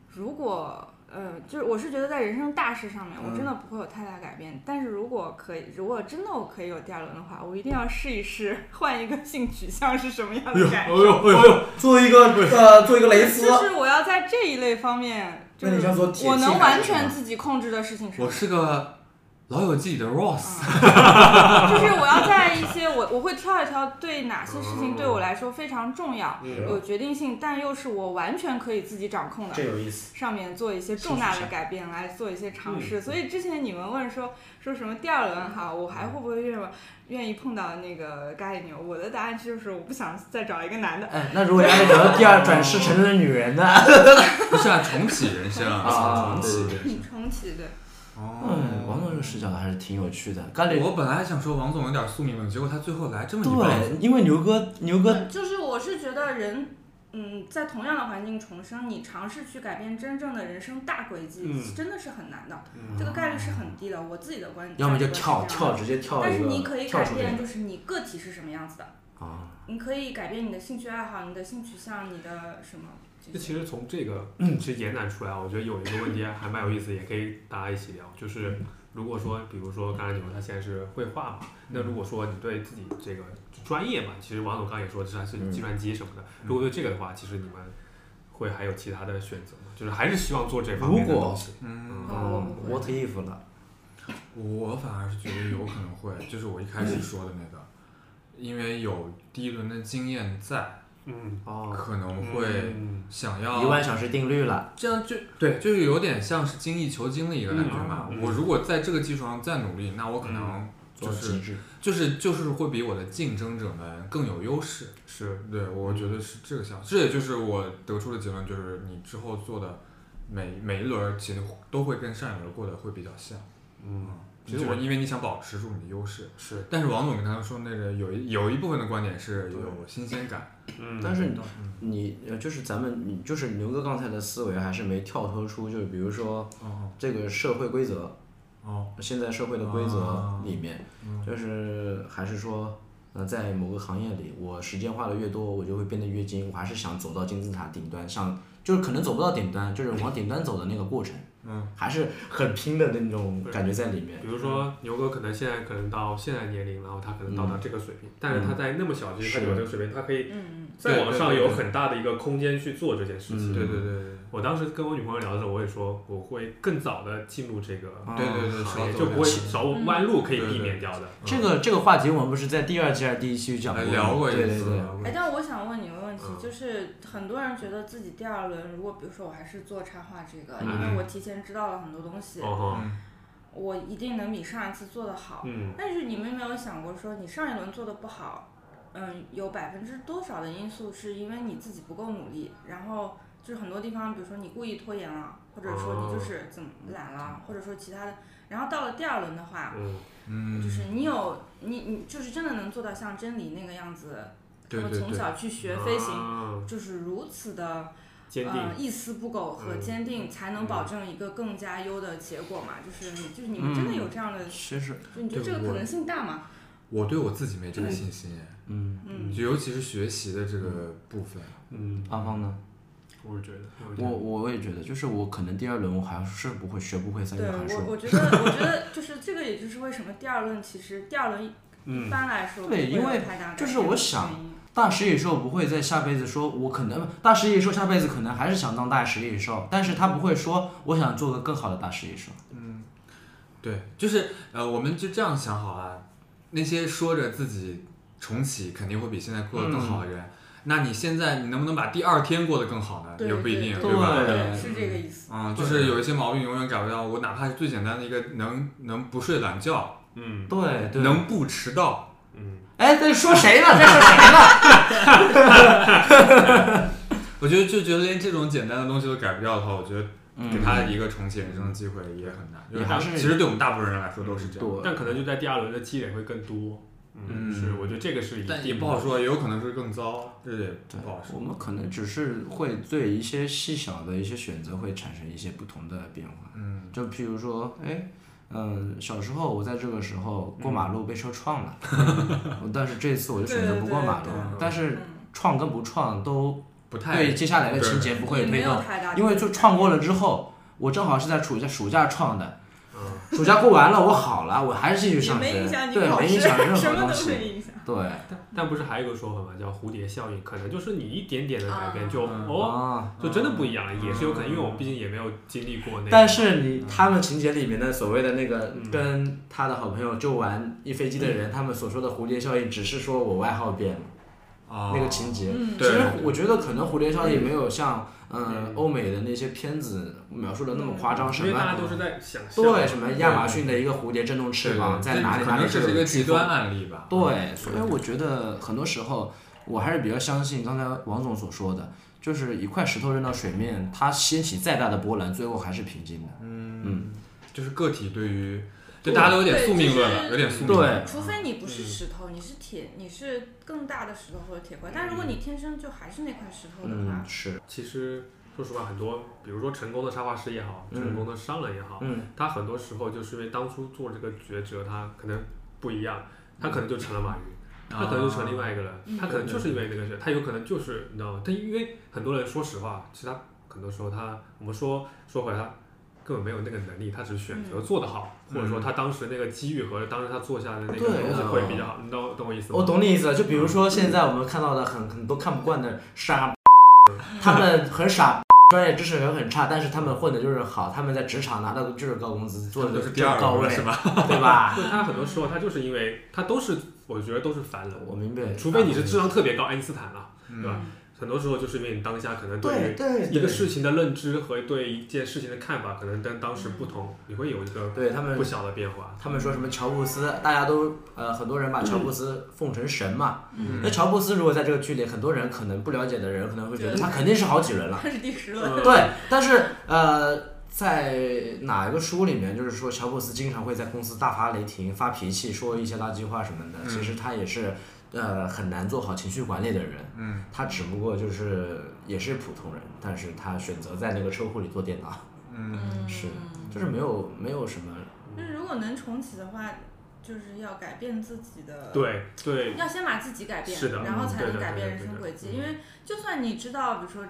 S3: 如果呃，就是我是觉得在人生大事上面，我
S5: 嗯
S3: 真的不会有太大改变。但是如果可以，如果真的我可以有第二轮的话，我一定要试一试，换一个性取向是什么样的
S2: 哎
S3: 改变。
S2: 呦哎呦哎呦，
S5: 做一个呃，做一个蕾丝，
S3: 就是我要在这一类方面，就
S5: 那你
S3: 是
S5: 想做铁器
S3: 我能完
S5: 还是什
S3: 全
S5: 么
S3: 自己控制的事情是什么
S2: 我是个老友记里的 Ross，
S3: 嗯就是我要在一些我我会挑一挑对哪些事
S5: 哦
S3: 情对我来说非常重要、
S1: 嗯
S3: 有决定性，但又是我完全可以自己掌控的
S5: 这有意思。
S3: 上面做一些重大的改变，来做一些尝
S4: 嗯
S3: 试。所以之前你们问说说什么第二轮哈，我
S4: 嗯
S3: 还会不会愿愿意碰到那个咖喱牛？我的答案就是我不想再找一个男的。
S4: 哎，那如果要是找到第二转世成了女人呢？
S2: 不是啊，重启人生
S4: 啊
S2: 重启
S5: 对
S2: 人生。
S3: 重启对，
S4: 嗯，王总这个视角还是挺有趣的。咖喱，
S2: 我本来想说王总有点宿命论，结果他最后来这么一棒子，
S4: 对，因为牛哥，牛哥
S3: 嗯就是我是觉得人。嗯，在同样的环境重生，你尝试去改变真正的人生大轨迹，
S1: 嗯
S3: 真的是很难的。这个概率是很低的。我自己的观，
S4: 嗯要么就
S3: 价值
S4: 跳
S3: 观是这样
S4: 跳，
S3: 的
S4: 直接跳
S3: 但
S4: 一
S3: 是你
S4: 个
S3: 可以
S4: 跳
S3: 改
S4: 出这
S3: 变，
S4: 个
S3: 就是你个体是什么样子的，
S4: 啊，
S3: 你可以改变你的兴趣爱好、你的性取向、你的什么
S1: 这
S3: 这些。
S1: 其实从这个
S4: 嗯
S1: 其实延展出来，啊我觉得有一个问题还蛮有意思，也可以大家一起聊。就是
S4: 嗯
S1: 如果说，比如说刚才你说他现在是绘画嘛，
S4: 嗯
S1: 那如果说你对自己这个专业嘛，其实王总刚才也说这还是
S4: 嗯
S1: 计算机什么的，如果对这个的话，其实你们会还有其他的选择吗？就是还是希望做这方面的
S4: 如果
S1: 东西。
S2: 嗯，
S3: 哦
S4: 嗯，what if 了？
S2: 我反而是觉得有可能会，就是我一开始说的那个，因为有第一轮的经验在，
S1: 嗯，
S4: 哦，
S2: 可能会
S1: 嗯
S2: 想要
S4: 一万小时定律了，
S2: 这样就对，就是有点像是精益求精的一个感觉嘛。
S1: 嗯嗯
S2: 我如果在这个基础上再努力，那我可能嗯就
S4: 做到
S2: 是、
S4: 极致。
S2: 就是就是会比我的竞争者们更有优势。
S1: 是
S2: 对，我觉得是这个想，这也就是我得出的结论，就是你之后做的每每一轮儿其实都会跟上一轮儿过得会比较像。
S1: 嗯，
S2: 其实我因为你想保持住你的优势，
S1: 是，
S2: 但是王总跟他说那个有一有一部分的观点是有新鲜 感，
S1: 嗯，
S4: 但是你呃，就是咱们，你就是牛哥刚才的思维还是没跳脱出，就是比如说
S2: 哦
S4: 这个社会规则，
S2: 哦，
S4: 现在社会的规则
S2: 啊
S4: 里面，
S2: 嗯
S4: 就是还是说，呃，在某个行业里，我时间花的越多，我就会变得越精，我还是想走到金字塔顶端，想就是可能走不到顶端，就是往顶端走的那个过程，
S2: 嗯，
S4: 还是很拼的那种感觉在里面。
S1: 比如说牛哥可能现在可能到现在年龄，然后他可能
S4: 嗯
S1: 到达这个水平，但是他在那么小其实他
S4: 是
S1: 有这个水平，他可以
S3: 嗯，
S1: 再往上
S2: 对对
S1: 有
S2: 对
S1: 很大的一个空间去做这件事情。
S4: 嗯
S2: 对对对对
S1: 我当时跟我女朋友聊的时候，我也说我会更早的进入这个
S4: 啊
S2: 对对对，
S1: 行
S2: 少
S1: 业，
S2: 走
S1: 就不会
S2: 点
S1: 少弯路可以
S2: 对对
S1: 避免掉的。
S4: 这个这个话题我们不是在第二期还是第一期讲过
S2: 哎
S4: 吗？
S2: 聊过一
S4: 对对
S2: 次
S4: 对，
S2: 聊过
S3: 哎
S2: 一，次，
S3: 但我想问你个问题，
S1: 嗯
S3: 就是很多人觉得自己第二轮，如果比如说我还是做插画这个，
S1: 嗯
S3: 因为我提前知道了很多东西，
S1: 哦
S2: 嗯
S3: 我一定能比上一次做得好
S1: 吼，。嗯，
S3: 但是你们有没有想过说，你上一轮做的不好，嗯，有百分之多少的因素是因为你自己不够努力，然后就是很多地方，比如说你故意拖延了，或者说你就是怎么懒了，或者说其他的，然后到了第二轮的话，
S1: 嗯，
S3: 就
S2: 嗯，
S3: 是你有你你就是真的能做到像真理那个样子，
S2: 对
S3: 然后
S2: 对
S3: 从
S2: 对
S3: 小去学飞行，
S2: 嗯
S1: 行，
S3: 就是如此的
S1: 嗯啊坚定
S3: 呃，一丝不苟和
S1: 嗯
S3: 坚定，才能
S4: 嗯
S3: 保证一个更加优的结果嘛。就是你就是你们真的
S4: 嗯
S3: 有这样的，
S4: 其实
S3: 就你觉得这个
S2: 对我
S3: 可能性大吗？
S2: 我对我自己没这个信心，哎
S4: 嗯，
S3: 嗯
S2: 就尤其是学习的这个部分，
S1: 嗯，
S4: 阿芳呢？
S1: 我是觉得，我是觉得
S4: 我我也觉得，就是我可能第二轮我还是不会学不会三
S3: 对
S4: 角函
S3: 我，
S4: 数。
S3: 我觉得，我觉得就是这个，也就是为什么第二轮其实第二轮一
S1: 嗯
S3: 般来说不
S4: 对
S3: 会有
S4: 因为
S3: 太大的
S4: 就是我
S3: 原因
S4: 想大食蚁兽不会在下辈子说，我可能大食蚁兽下辈子可能还是想当大食蚁兽，但是他不会说我想做个更好的大食蚁兽。
S2: 对，就是呃，我们就这样想好了，那些说着自己重启肯定会比现在过得更好的人，那你现在你能不能把第二天过得更好呢？
S3: 嗯对
S2: 也不一定，
S3: 对
S2: 吧？
S3: 对，是这个意思。
S2: 嗯，就是有一些毛病永远改不掉，我哪怕是最简单的一个能能不睡懒觉，
S1: 嗯
S4: 对对。
S2: 能不迟到，
S1: 嗯，
S4: 哎，在说谁 呢？在说谁呢？
S2: 我觉得就觉得连这种简单的东西都改不掉的话，我觉得给
S4: 嗯，
S2: 他一个重启人生的机会也很难。就
S4: 也还
S2: 大
S4: 是嗯
S2: 其实对我们大部分人来说都是这样，
S4: 对，
S1: 但可能就在第二轮的积累会更多。
S2: 嗯
S1: 是，我觉得这个是一
S2: 但
S1: 定
S2: 也不好说，也有可能是更糟，这也
S4: 对
S2: 不好，说
S4: 我。们可能只是会对一些细小的一些选择会产生一些不同的变化。
S2: 嗯，
S4: 就譬如说，哎，嗯，小时候我在这个时候过马路被车 撞了，但是这次我就选择不过马路
S3: 对
S2: 对对。
S4: 但是
S3: 嗯，
S4: 创跟不创都
S2: 不太
S4: 对接下来的情节不会
S3: 也
S4: 有
S3: 没
S4: 推
S3: 有
S4: 动，
S3: 太大的，
S4: 因为就创过了之后，我正好是在暑假暑假创的，
S1: 嗯
S4: 暑假过完了我好了，我还是继续
S3: 也
S4: 上
S3: 没
S4: 学
S3: 影响，你
S4: 对，
S3: 考
S4: 没
S3: 试，
S4: 影响 任
S3: 什
S4: 何
S3: 么
S4: 东
S3: 都没
S4: 西，
S3: 影响。
S4: 对
S1: 但不是还有一个说法嘛，叫蝴蝶效应，可能就是你一点点的改变
S3: 啊
S1: 就
S2: 嗯
S1: 哦，
S4: 啊。
S1: 就真的不一样了，也是有可能，
S2: 嗯
S1: 因为我们毕竟也没有经历过那个。
S4: 但是你他们情节里面的所谓的那个
S1: 嗯
S4: 跟他的好朋友就玩一飞机的
S2: 嗯
S4: 人，他们所说的蝴蝶效应，只是说我外号变了
S2: 啊
S4: 那个情节。
S3: 嗯
S4: 其
S2: 对
S4: 实我觉得可能蝴蝶效应没有像嗯欧美的那些片子描述的那么夸
S3: 嗯
S4: 张，啊什
S1: 因为大家
S4: 么
S1: 都是在想象，
S4: 对什么亚马逊的一个蝴蝶震动翅膀在哪里
S2: 可
S4: 哪里
S2: 能只是一个极端案例吧。
S4: 对，所以我觉得很多时候我还是比较相信刚才王总所说的，就是一块石头扔到水面，它掀起再大的波澜，最后还是平静的。
S2: 嗯，就是个体对于，
S4: 对
S2: 就大家都有点
S3: 对
S2: 宿命论
S3: 就
S2: 了，
S3: 是
S2: 有点宿命论。
S3: 除非你不
S1: 嗯
S3: 是石头，你是铁，你是更大的石头或者铁块。但
S1: 嗯
S3: 如果你天生就还是那块石头的
S4: 嗯
S3: 话，，
S4: 是，
S1: 其实说实话，很多比如说成功的插画师也好，
S4: 嗯
S1: 成功的商人也好，
S4: 嗯，
S1: 他很多时候就是因为当初做这个抉择，他可能不一样，他可能就成了马云。他可能就成
S2: 啊
S1: 另外一个人，
S3: 嗯
S1: 他可能就是因为那个事，他有可能就是你知道吗？他因为很多人说实话，其实他很多时候他我们说说回来，他根本没有那个能力，他只是选择做得好，
S2: 嗯
S1: 或者说他当时那个机遇和当时他做下的那个
S4: 对嗯哦
S1: 东西会比较好，你懂懂我意思吗？
S4: 我懂你意思。就比如说现在我们看到的很很多看不惯的傻，他们很傻。专业知识也很差，但是他们混的就是好，他们在职场拿到的就是高工资，做
S2: 做
S4: 的
S2: 的
S4: 就是是
S2: 第二
S4: 高
S2: 个
S4: 位，
S2: 是吧？
S4: 对吧？
S1: 对他很多时候他就是因为他都是我觉得都是凡人，
S4: 我明白，
S1: 嗯除非你是智商特别高，爱因斯坦了，对吧？啊很多时候就是因为你当下可能对
S4: 对对
S1: 于一个
S4: 对
S1: 事情的认知和对一件事情的看法，可能跟当时不同，你会有一个
S4: 对他们
S1: 不小的变化。
S4: 他们说什么乔布斯，大家都呃很多人把乔布斯奉成神嘛。
S2: 嗯
S4: 那乔布斯如果在这个剧里，很多人可能不了解的人可能会觉得
S3: 对
S4: 他肯定是好几轮了。
S3: 他是第十轮，
S1: 嗯
S4: 对，但是呃，在哪一个书里面，就是说乔布斯经常会在公司大发雷霆、发脾气、说一些垃圾话什么的。其实他也是呃很难做好情绪管理的人。
S2: 嗯，
S4: 他只不过就是也是普通人，但是他选择在那个车库里做电脑，
S3: 嗯
S4: 是就是没有没有什么。
S3: 那如果能重启的话，就是要改变自己的，，
S1: 对对，
S3: 要先把自己改变，
S1: 是的
S3: 然后才
S1: 嗯对
S3: 能
S1: 的
S3: 改变
S1: 对的
S3: 人生
S1: 对的嗯
S3: 轨迹。因为就算你知道，比如说，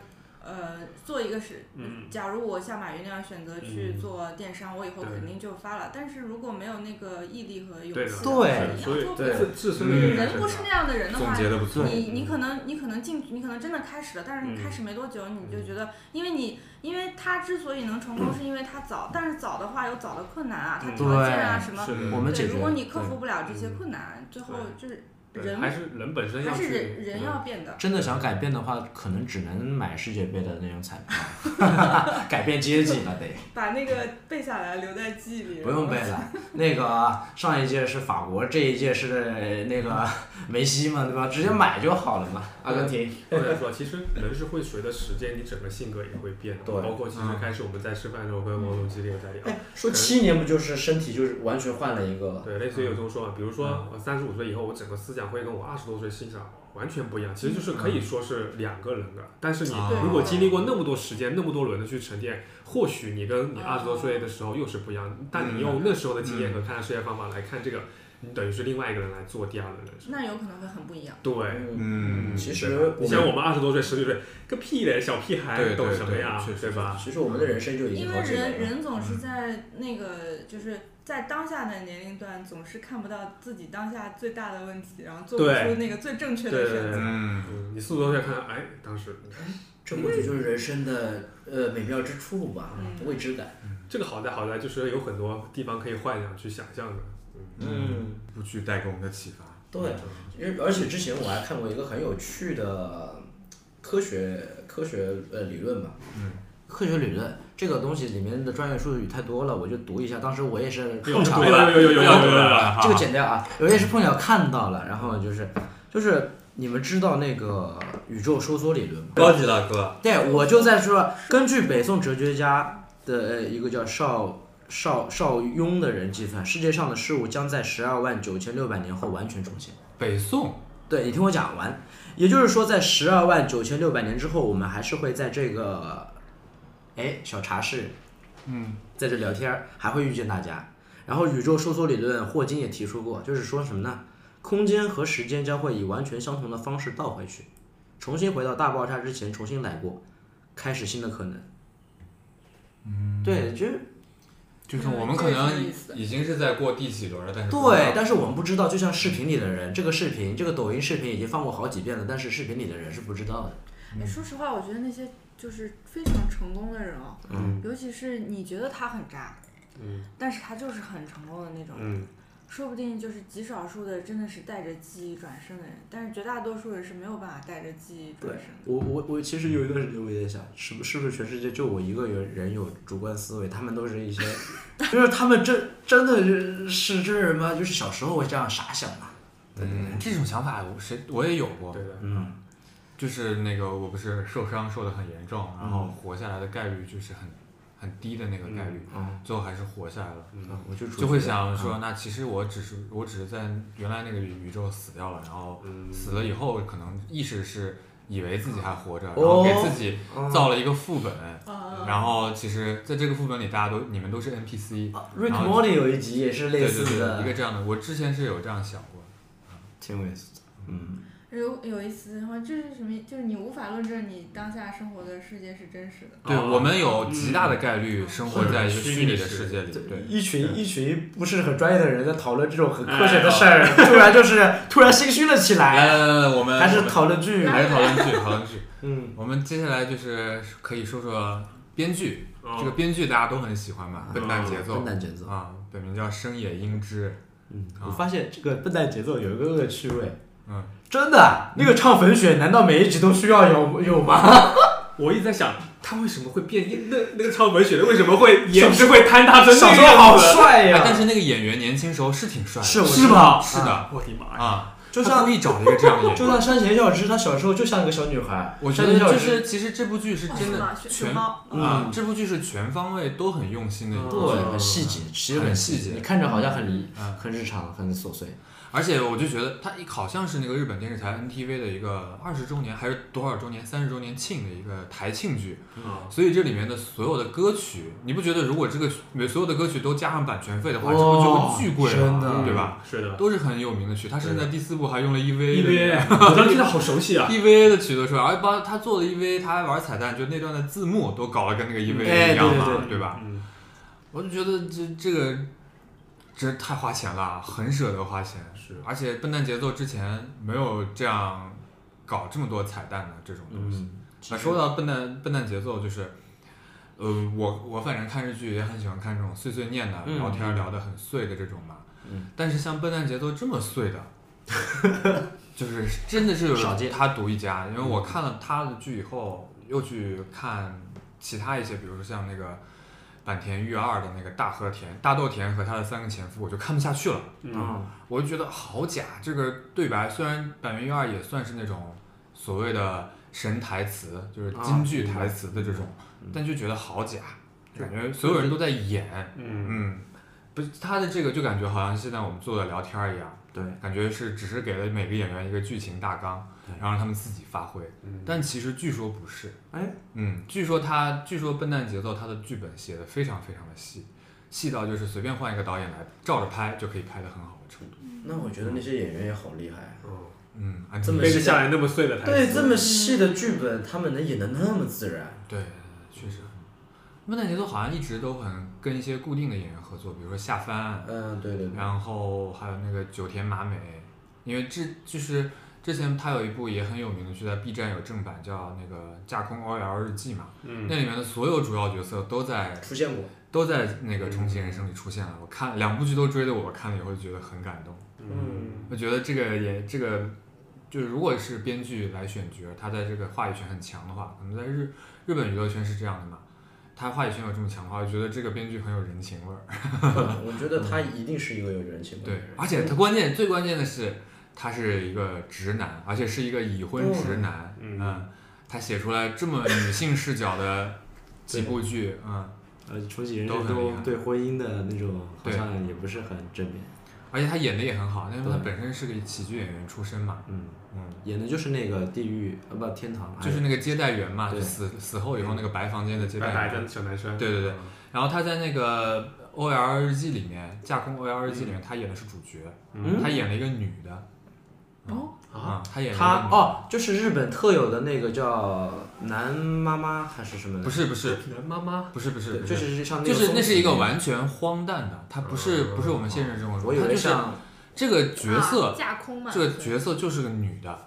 S3: 呃，做一个事，
S1: 嗯
S3: 假如我像马云那样选择去
S1: 嗯
S3: 做电商，我以后
S1: 对
S3: 肯定就发了。但是如果没有那个毅力和勇气
S1: 对
S3: 的
S1: 的
S3: 话，
S4: 对
S3: 你要
S1: 所以
S3: 做不
S4: 对
S3: 了
S1: 自自身
S2: 嗯
S1: 的
S2: 对
S3: 人不是那样的人的
S2: 总
S3: 话，
S2: 结的不错。
S3: 你你可能你可能进你可能真的开始了，但是你
S1: 嗯
S3: 开始没多久你就觉得，因为你因为他之所以能成功，是因为他早，但是早的话有早的困难啊，他
S1: 嗯
S3: 条件啊什么，
S2: 嗯
S4: 我们
S3: 对，
S4: 解决。
S3: 如果你克
S4: 对
S3: 服不了这些困难，最后就是
S1: 对
S3: 人
S1: 还是人本身要
S3: 还是
S1: 去
S3: 人人
S1: 嗯
S3: 要变的，
S4: 真的想改变的话，可能只能买世界杯的那种彩票， 改变阶级了得。
S3: 把那个背下来留在记忆里。
S4: 不用背了，那个上一届是法国，这一届是那 个梅西嘛，对吧？直接买就好了嘛。阿根廷，
S1: 或者说，其实人是会随着时间，你整个性格也会变的。
S4: 对
S1: 包括其
S3: 嗯
S1: 实开始我们在吃饭的时候跟王总基也在聊，
S4: 说七年不就是身体就是完全换了一个？
S1: 对，类似于有这种说法，比如
S2: 嗯
S1: 说我三十五岁以后，我整个思想会跟我二十多岁欣赏完全不一样，其实就是可
S2: 嗯
S1: 以说是两个人格。但是你
S2: 对
S1: 如果经历过那么多时间、那么多轮的去沉淀，或许你跟你二十多岁的时候又是不一
S2: 啊
S1: 样，但你
S2: 嗯
S1: 用那时候的经验和看待世界方法来看这个，你等于是另外一个人来做第二轮人生。
S3: 那有可能会很不一样。
S1: 对，
S2: 嗯，
S4: 其
S1: 对
S4: 实
S1: 吧
S4: 我
S1: 你像我
S4: 们
S1: 们二十多岁、十几岁，个屁嘞，小屁孩
S2: 对对
S1: 懂什么呀
S2: 对确，实
S1: 对吧？
S4: 其实我们的人生就已经
S3: 因
S4: 好
S3: 为
S4: 几
S3: 人
S4: 年了。
S3: 人
S1: 嗯
S3: 总是在那个就是在当下的年龄段，总是看不到自己当下最大的问题，然后做不
S1: 对
S3: 出那个最正确
S1: 对
S3: 的
S1: 对
S3: 选择。
S2: 嗯，
S1: 嗯，你四十多岁看，哎，当时
S4: 这或许就是人生的呃美妙之处吧，未知感。
S1: 这个好在好在就是有很多地方可以幻想去想象的，
S4: 嗯，
S2: 部剧带给我们的启发。
S4: 对。因为而且之前我还看过一个很有趣的科学科学呃理论吧，嗯，科学理论这个东西里面的专业术语太多了，我就读一下。当时我也是
S1: 哎
S4: 碰巧
S1: 对了，有有有有有有有。
S4: 这个简单啊，我也是碰巧看到了，然后就是就是你们知道那个宇宙收缩理论吗？
S2: 高级了，哥。
S4: 对，我就在说，根据北宋哲学家的呃一个叫邵邵邵雍的人计算，世界上的事物将在十二万九千六百年后完全重现。
S2: 北宋，
S4: 对你听我讲完，也就是说，在十二万九千六百年之后，我们还是会在这个，哎，小茶室，嗯，在这聊天儿，还会遇见大家。然后，宇宙收缩理论，霍金也提出过，就是说什么呢？空间和时间将会以完全相同的方式倒回去，重新回到大爆炸之前，重新来过，开始新的可能。嗯，对，就是
S2: 就是我们可能已已经是在过第几轮了，但是不知道
S4: 对，但是我们不知道，就像视频里的人，这个视频，这个抖音视频已经放过好几遍了，但是视频里的人是不知道的。
S3: 哎，说实话，我觉得那些就是非常成功的人哦，
S1: 嗯
S3: 尤其是你觉得他很渣，
S1: 嗯
S3: 但是他就是很成功的那种，
S1: 嗯，
S3: 说不定就是极少数的真的是带着记忆转身的人，但是绝大多数人是没有办法带着记忆转身的。
S4: 我我我其实有一段时间我也在想，是不是不是全世界就我一个人有主观思维，他们都是一些，就是他们真真的是是这人吗？就是小时候会这样傻想嘛。
S2: 嗯，这种想法我谁我也有过
S1: 对，的，
S4: 嗯，
S2: 就是那个我不是受伤受得很严重，然后活下来的概率就是很很低的那个概率，
S4: 嗯
S2: 最后还是活下来了。
S1: 嗯，
S4: 我就主啊
S2: 就会想说，那其实我只是我只是在原来那个宇宙死掉了，然后
S1: 嗯
S2: 死了以后可能意识是以为自己还活着，然后给自己造了一个副本，
S3: 嗯
S2: 然后其实在这个副本里大家都你们都是 NPC，
S4: 啊 Rick
S2: 然
S4: Morty 有一集也是
S2: 对
S4: 类
S2: 对
S4: 似
S2: 对，一个
S4: 的，
S2: 这样的，我之前是有这样想过的。
S4: 挺有意思的。嗯，
S3: 有有一次，然后这是什么？就是你无法论证你当下生活的世界是真实的。
S2: 对、
S1: 哦
S2: 我们有极大的概率生活在一个虚拟的世界里，
S4: 对
S2: 对，哎
S4: 一群一群不是很专业的人在讨论这种
S1: 哎
S4: 很科学的事儿，突然就是突然心虚了起
S2: 来
S4: 来，
S2: 来来来，哎我们
S4: 还是
S2: 我们
S4: 讨论剧。
S2: 还是讨论剧，讨论剧。
S4: 嗯，
S2: 我们接下来就是可以说说编剧，
S1: 哦
S2: 这个编剧大家都很喜欢嘛，哦笨蛋节奏，
S4: 笨蛋节奏。
S2: 啊，本名叫生野英之，
S4: 嗯，我发现这个笨蛋节奏有一个恶趣味，
S2: 嗯，
S4: 真的，啊那个唱粉雪，难道每一集都需要有有吗？
S1: 我一直在想，他为什么会变硬？那那个唱文雪的为什么会颜值会坍
S2: 啊
S1: 塌成
S4: 小
S1: 那
S4: 时
S1: 个
S4: 候
S1: 样
S4: 好
S1: 子？
S4: 帅
S2: 哎但
S4: 呀！
S2: 是那个演员年轻时候是挺帅的，
S4: 是我
S1: 是吧？
S2: 是的
S1: 我的妈呀！
S2: 啊，
S4: 就
S2: 他
S4: 像
S2: 故意找了一个这样的演员。
S4: 就像山田孝之，她小时候就像一个小女孩。
S2: 我觉
S4: 山
S2: 得
S4: 田孝
S2: 就
S4: 之
S2: 是，其实这部剧是
S3: 哦
S2: 真
S3: 是
S2: 的
S3: 吗？
S2: 全
S3: 熊猫，
S2: 啊，这部剧是全方位都很用心的一部剧，
S4: 嗯
S5: 对，很细节，其实
S2: 很
S5: 细
S2: 细节
S5: 你看着好像很
S2: 嗯
S5: 很日常，很琐碎。
S2: 而且我就觉得它好像是那个日本电视台 NTV 的一个二十周年还是多少周年三十周年庆的一个台庆剧，
S1: 嗯
S2: 所以这里面的所有的歌曲，你不觉得如果这个所有的歌曲都加上版权费的话，
S4: 哇
S2: 这部剧会巨贵
S4: 哦真
S2: 了，
S4: 的
S2: 对吧？？
S1: 嗯是的。
S2: 都是很有名的曲，他甚至在第四部还用了 EVA 的
S1: EVA，我当时听到好熟悉啊！
S2: EVA 的曲都出来，而且帮哎他做的 EVA，他还玩彩蛋，就那段的字幕都搞得跟那个 EVA
S4: 哎
S2: 一样
S4: 对
S2: 嘛，
S4: 对
S2: 对吧？
S1: 嗯，
S2: 我就觉得这这个真太花钱了，很舍得花钱。
S1: 是
S2: 而且笨蛋节奏之前没有这样搞这么多彩蛋的这种
S4: 嗯
S2: 东西。那、说到笨蛋笨蛋节奏，就是，呃，我我反正看日剧也很喜欢看这种碎碎念的、
S4: 嗯
S2: 聊天聊得很碎的这种嘛。
S5: 嗯、
S2: 但是像笨蛋节奏这么碎的， 就是真的是
S5: 少见嗯
S2: 他独一家。因为我看了他的剧以后，又去看其他一些，比如说像那个。坂田裕二的那个大和田、大豆田和他的三个前夫，我就看不下去了。
S1: 嗯，
S2: 我就觉得好假。这个对白虽然板垣佑二也算是那种所谓的神台词，就是京剧台词的这种，但就觉得好假，感觉所有人都在演。
S1: 嗯，
S2: 嗯，不是他的这个就感觉好像现在我们坐着聊天儿一样，
S5: 对，
S2: 感觉是只是给了每个演员一个剧情大纲，然后让他们自己发挥。
S1: 嗯
S2: 但其实据说不是，
S5: 哎，
S2: 嗯，据说他据说《笨蛋节奏》他的剧本写的非常非常的细，细到就是随便换一个导演来照着拍就可以拍的很好的程度。
S3: 嗯
S5: 那我觉得那些演员也好厉害啊。
S1: 哦
S2: 嗯，安
S5: 这
S2: 妮
S5: 么
S1: 背着下来那么碎的台词，
S5: 对，这么细
S2: 嗯
S5: 的剧本，他们能演得那么自然。
S2: 对，确实。笨蛋节奏好像一直都很跟一些固定的演员合作，比如说夏帆，
S5: 嗯，对对对。
S2: 然后还有那个九田麻美，因为这就是之前他有一部也很有名的剧，在 B 站有正版，叫那个《架空 OL 日记》嘛，
S1: 嗯
S2: 那里面的所有主要角色都在
S5: 出现过，
S2: 都在那个《重启人生》里出现了。我看两部剧都追的，我看了以后就觉得很感动。
S1: 嗯
S2: 我觉得这个也这个，就是如果是编剧来选角，他在这个话语权很强的话，可能在日日本娱乐圈是这样的嘛，他话语权有这么强的话，我觉得这个编剧很有人情味儿。
S5: 我觉得他一定是一个有人情味的
S2: 嗯对
S5: 人。，
S2: 而且他关键最关键的是，他是一个直男，而且是一个已婚直男，
S1: 嗯
S2: 嗯，他写出来这么女性视角的几部剧，嗯。
S4: 呃，重启人
S2: 都
S4: 生
S2: 很厉
S4: 都
S2: 害
S4: 对婚姻的那种好
S2: 对
S4: 像也不是很正面，
S2: 而且他演的也很好，因为他
S4: 对
S2: 本身是个喜剧演员出身嘛，
S4: 嗯，
S2: 嗯，
S4: 演的就是那个地狱啊，不天堂，
S2: 就是那个接待员嘛，
S4: 对
S2: 就死死后以后那个白房间的接待
S1: 白
S2: 员，
S1: 白的小男生，
S2: 对对对，然后他在那个 O L 日记里面，架空 O L 日记里面，他演的是主角，
S1: 嗯
S2: 他演了一个女的。
S3: 哦
S2: 啊，他演了一个
S4: 他
S2: 女的，
S4: 哦，就是日本特有的那个叫男妈妈还是什么的？
S2: 不是不是
S1: 男妈妈，
S2: 不是不是
S4: 对，
S2: 不，
S4: 就是是像那
S2: 就
S4: 个
S2: 是那
S4: 松
S2: 是一
S4: 子
S2: 个
S4: 那
S2: 完全荒诞的，他不是不是我们现实生活
S4: 种，
S2: 中，
S4: 我以
S2: 他
S4: 为
S2: 就是
S4: 像
S2: 这个角
S3: 啊
S2: 色，
S3: 架空嘛，
S2: 这个角色就是个女的，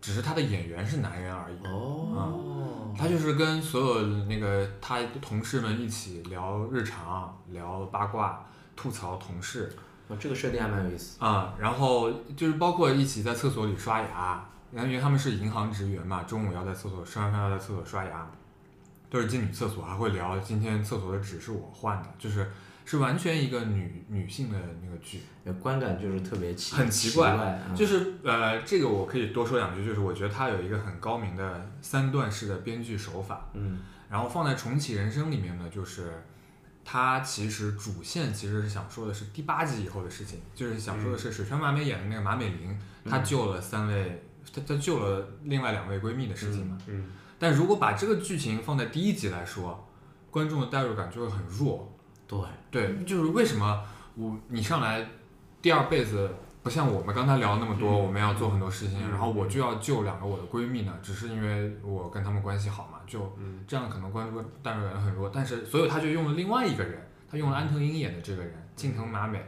S2: 只是他的演员是男人而已。
S4: 哦，
S2: 他就是跟所有那个他同事们一起聊日常、聊八卦、吐槽同事，
S4: 哦这个设定还蛮有意思。
S2: 啊、然后就是包括一起在厕所里刷牙，然后因为他们是银行职员嘛，中午要在厕所吃完饭要在厕所刷牙，都是进女厕所，还会聊今天厕所的纸是我换的，就是是完全一个女女性的那个剧，
S4: 呃观感就是特别奇，
S2: 很奇
S4: 奇
S2: 怪
S4: 嗯
S2: 就是呃，这个我可以多说两句，就是我觉得它有一个很高明的三段式的编剧手法，
S4: 嗯，
S2: 然后放在重启人生里面呢，就是它其实主线其实是想说的是第八集以后的事情，就是想说的是水川麻美演的那个马美玲，
S1: 嗯
S2: 她救了三位，她她救了另外两位闺蜜的事情嘛。
S1: 嗯
S2: 但如果把这个剧情放在第一集来说，观众的代入感就会很弱。
S4: 嗯对，
S2: 对，
S1: 嗯
S2: 就是为什么我你上来第二辈子。不像我们刚才聊了那么多，我们要做很多事情，
S1: 嗯
S2: 然后我就要救两个我的闺蜜呢，只是因为我跟她们关系好嘛，就
S1: 嗯
S2: 这样可能关注代入感很弱，但是所以他就用了另外一个人，他用了安藤樱演的这个人近藤麻美，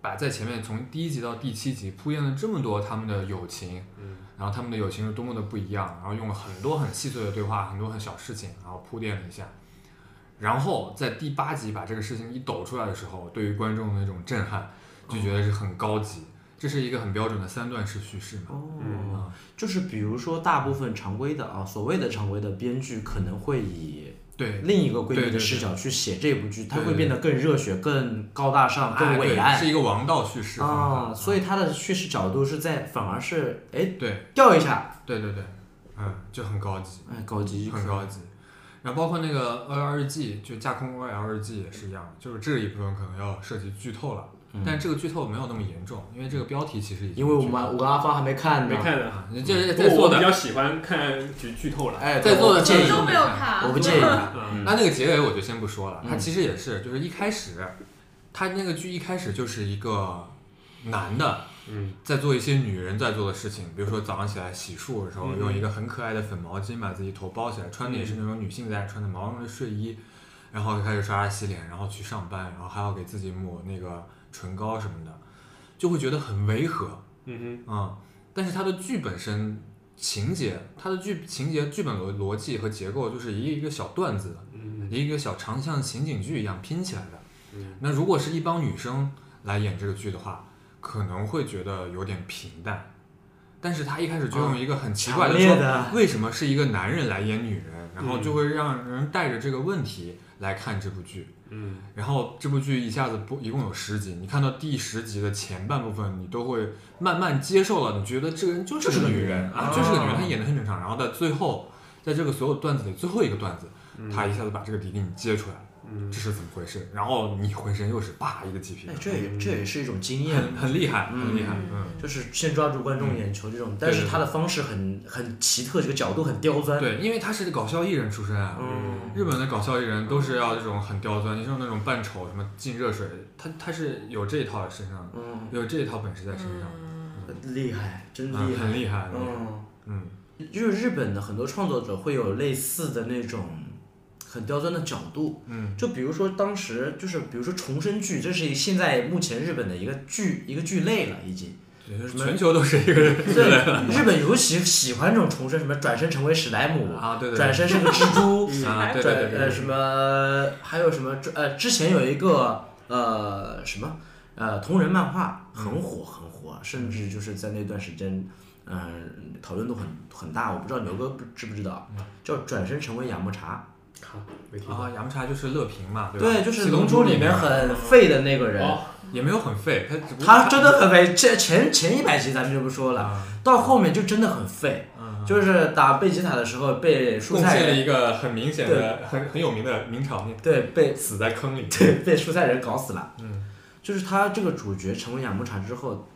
S2: 把在前面从第一集到第七集铺垫了这么多他们的友情，
S1: 嗯
S2: 然后他们的友情是多么的不一样，然后用了很多很细碎的对话，很多很小事情，然后铺垫了一下，然后在第八集把这个事情一抖出来的时候，对于观众的那种震撼，就觉得是很高级，这是一个很标准的三段式叙事嘛。
S4: 哦，就是比如说大部分常规的啊，所谓的常规的编剧可能会以
S2: 对，
S4: 另一个闺
S2: 对
S4: 蜜
S2: 对
S4: 的视角去写这部剧，它
S2: 对
S4: 会
S2: 对
S4: 变得更热血、更高大上、
S2: 哎
S4: 更
S2: 对哦
S4: 伟岸
S2: 是一个王道叙事嗯方
S4: 啊。
S2: 法。
S4: 所以它的叙事角度是在，反而是哎
S2: 对
S4: 掉一下，
S2: 对对对，嗯，就很高级，
S4: 哎高级
S2: 很高级。然后包括那个 OL 日记，就架空 OL 日记也是一样，就是这一部分可能要涉及剧透了，但这个剧透没有那么严重，因为这个标题其实已经
S4: 嗯因为我们我跟阿芳还没看
S1: 没
S4: 呢，
S1: 看呢。
S2: 你这
S1: 嗯不
S2: 嗯在
S1: 过
S2: 座
S1: 我比
S2: 的
S1: 较喜欢看剧剧透了。
S4: 哎，
S2: 在座的
S4: 我不建
S2: 观
S4: 议
S2: 众
S7: 都没有看，
S4: 我不嗯建议
S1: 嗯，
S2: 那那个结尾我就先不说了，它其实也是，就是一开始，它那个剧一开始就是一个男的，
S1: 嗯，
S2: 在做一些女人在做的事情，比如说早上起来洗漱的时候，
S1: 嗯
S2: 用一个很可爱的粉毛巾把自己头包起来，穿的也是那种女性在穿的毛绒的睡衣，然后开始刷牙洗脸，然后去上班，然后还要给自己抹那个唇膏什么的，就会觉得很违和，
S1: 嗯
S2: 嗯，但是它的剧本身情节，它的剧情节、剧本逻逻辑和结构，就是一个一个小段子，
S1: 嗯
S2: 一个小长像情景剧一样拼起来的。
S1: 嗯
S2: 那如果是一帮女生来演这个剧的话，可能会觉得有点平淡。但是他一开始就用一个很奇怪
S4: 强
S2: 的
S4: 烈
S2: 说，嗯
S4: 的
S2: 为什么是一个男人来演女人，然后就会让人带着这个问题来看这部剧。
S1: 嗯
S2: 然后这部剧一下子播一共有十集，你看到第十集的前半部分，你都会慢慢接受了，你觉得这个人就是
S4: 就是
S2: 个
S4: 个
S2: 女
S4: 女
S2: 人啊
S4: 啊，
S2: 就是个女人，她演的很正常。然后在最后，在这个所有段子里最后一个段子，他一下子把这个敌给你揭出来，
S1: 嗯
S2: 这是怎么回事？然后你浑身又是叭一个鸡皮
S4: 哎
S2: 疙瘩，
S4: 这也这也是一种经验，
S2: 很很厉害，很厉害，嗯。
S4: 就是先抓住观众眼球这种，但是他的方式很很奇特，这个角度很刁
S2: 嗯
S4: 钻，
S2: 对，因为他是搞笑艺人出身啊，
S4: 嗯
S2: 日本的搞笑艺人都是要这种很刁钻，你像那种扮丑什么进热水，他他是有这一套在身上的，
S4: 嗯，
S2: 有这一套本事在身上，
S3: 嗯
S4: 厉害，真
S2: 嗯
S4: 厉害，
S2: 很厉害，很厉害
S4: 嗯，
S2: 嗯，
S4: 就是日本的很多创作者会有类似的那种很刁钻的角度，
S2: 嗯，
S4: 就比如说当时就是比如说重生剧，这是现在目前日本的一个剧一个剧类了已经。
S2: 也就是全球都是一个人
S4: 对，日本尤其喜欢这种重生，什么转身成为史莱姆，
S2: 啊，对对
S4: 转
S2: 对，
S4: 身是个蜘蛛，
S2: 啊，对对对
S4: 转
S2: 对
S4: 呃
S2: 对，
S4: 什么，还有什么呃，之前有一个呃什么呃同人漫画很
S2: 嗯
S4: 火很火，甚至就是在那段时间，嗯、讨论度很很大。我不知道牛哥不知不知道，
S2: 嗯
S4: 叫转身成为雅木茶，
S1: 好，没听过。
S2: 啊，杨茶就是乐平嘛，吧？
S4: 对，就是《
S2: 七
S4: 龙
S2: 龙
S4: 珠》里
S2: 里嗯
S4: 面很废的那个人。
S1: 哦
S2: 也没有很废，他只不过
S4: 他真的很废，前前前一百集咱们就不说了，
S2: 啊，
S4: 到后面就真的很废，
S2: 嗯
S4: 就是打贝吉塔的时候被蔬
S2: 贡献了
S4: 菜
S2: 一个很明显的、很很有名的名场面，
S4: 对被
S2: 死在坑里。
S4: 对，被蔬菜人搞死了。
S2: 嗯，
S4: 就是他这个主角成为雅木茶之后，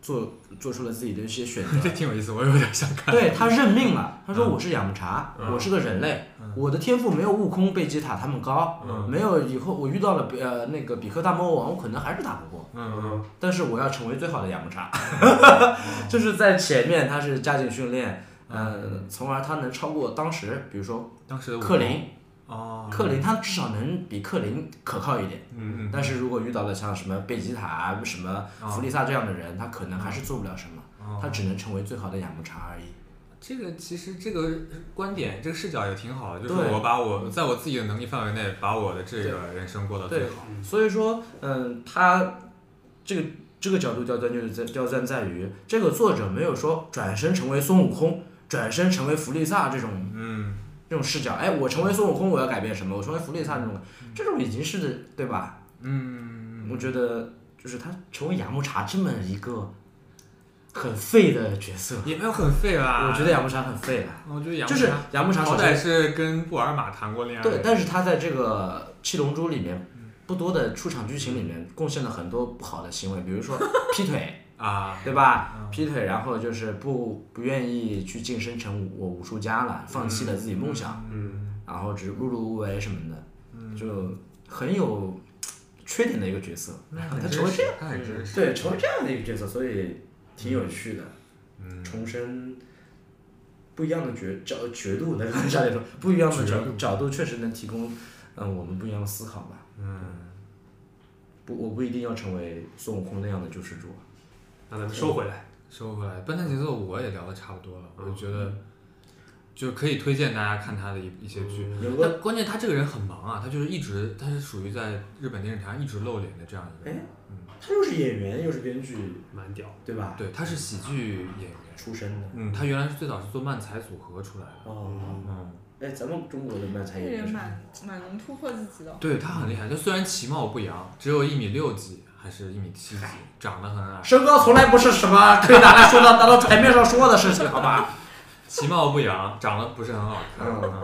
S4: 做做出了自己的一 些选
S2: 这
S4: 择。
S2: 挺有意思，我有点想看。
S4: 对他认命了，
S2: 嗯
S4: 他说我是雅木茶，我是个人类，我的天赋没有悟空、贝吉塔他们高，
S2: 嗯
S4: 没有以后我遇到了比呃那个比克大魔王，我可能还是打不过，
S2: 嗯
S4: 但是我要成为最好的雅木茶。 就是在前面他是加紧训练，呃，从而他能超过当时，比如说
S2: 嗯，当时的我
S4: 克林，
S2: 哦，
S4: 克林他至少能比克林可靠一点。
S2: 嗯啊嗯
S4: 但是如果遇到了像什么贝吉塔、什么弗利萨这样的人，他可能还是做不了什么，
S2: 哦
S4: 他只能成为最好的雅木茶而已。
S2: 这个其实这个观点这个视角也挺好的，就是
S4: 对
S2: 我把我在我自己的能力范围内，把我的这个人生过到最
S4: 对
S2: 好。
S4: 所以说，嗯，他这个这个角度刁钻就是在刁钻在于，这个作者没有说转身成为孙悟空，转身成为弗利萨这种
S2: 嗯，
S4: 这种视角。哎，我成为孙悟空，我要改变什么？我成为弗利萨这种，这种已经是对吧？嗯，我觉得就是他成为雅木茶这么一个很废的角色，
S2: 也没有很废啦。
S4: 我觉得，雅木茶很废啊了。
S2: 我觉得杨
S4: 就是
S1: 啊
S2: 茶
S4: 杨木茶
S2: 好
S4: 首
S2: 歹
S4: 先
S2: 是跟布尔玛谈过恋爱的。
S4: 对，但是他在这个《七龙珠》里面
S1: 嗯
S4: 不多的出场剧情里面贡献了很多不好的行为，比如说劈腿，
S2: 啊，
S4: 对
S1: 嗯
S4: 吧？劈腿，然后就是不不愿意去晋升成我武术家了，放弃了自己梦想，
S1: 嗯
S4: 然后只碌碌无为什么的，就很有缺点的一个角色。他成为这样，
S2: 样，
S4: 嗯
S2: 他很真实。
S4: 对，成为这样的一个角色，所以挺有趣的，重生。不一样的角角角度 来看下来说，不一样的角角度确实能提供，嗯，我们不一样的思考吧。
S2: 嗯，
S4: 不，我不一定要成为孙悟空那样的救世主。
S1: 那咱们收回来。
S4: 嗯
S2: 收回来，笨蛋节奏我也聊的差不多了，我觉得。就是可以推荐大家看他的一一些剧。
S4: 如
S2: 但
S4: 果
S2: 关键他这个人很忙啊，他就是一直他是属于在日本电视台一直露脸的这样一个人
S4: 哎。
S2: 嗯，
S4: 他又是演员又是编剧，
S1: 蛮屌。
S4: 对吧？
S2: 对，他是喜剧演员。
S4: 出身的。
S2: 嗯，他原来是最早是做漫才组合出来的。
S4: 哦，
S2: 嗯，
S4: 哎，咱们中国的漫才
S3: 这个
S4: 演员
S3: 人
S4: 是
S3: 蛮蛮能突破自己的哦。
S2: 对他很厉害，他虽然其貌不扬，只有一米六几还是一米七几，长得很矮，
S4: 身高从来不是什么可以拿来说到拿到台面上说的事情，好吧？
S2: 其貌不扬，长得不是很好看，
S4: 嗯
S2: 嗯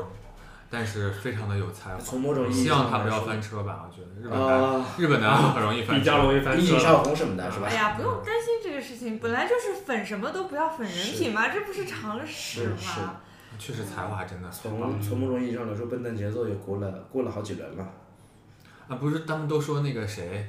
S2: 但是非常的有才华。
S4: 从某种意义
S2: 希望
S4: 上
S2: 他
S4: 来
S2: 不要
S4: 说，
S2: 翻车吧，我觉得日本男、
S4: 呃，
S2: 日本男很容易翻
S1: 比
S2: 车
S1: 较。容易翻
S4: 引
S1: 车。
S4: 上红什么的是吧
S2: 啊
S3: 哎？呀，不用担心这个事情，本来就是粉什么都不要粉人品嘛，这不是常了事
S4: 是是
S3: 吗？
S2: 确实才华真的
S4: 从从某种意义上来说，笨蛋节奏也过了过了好几轮了。
S2: 啊，不是他们都说那个谁，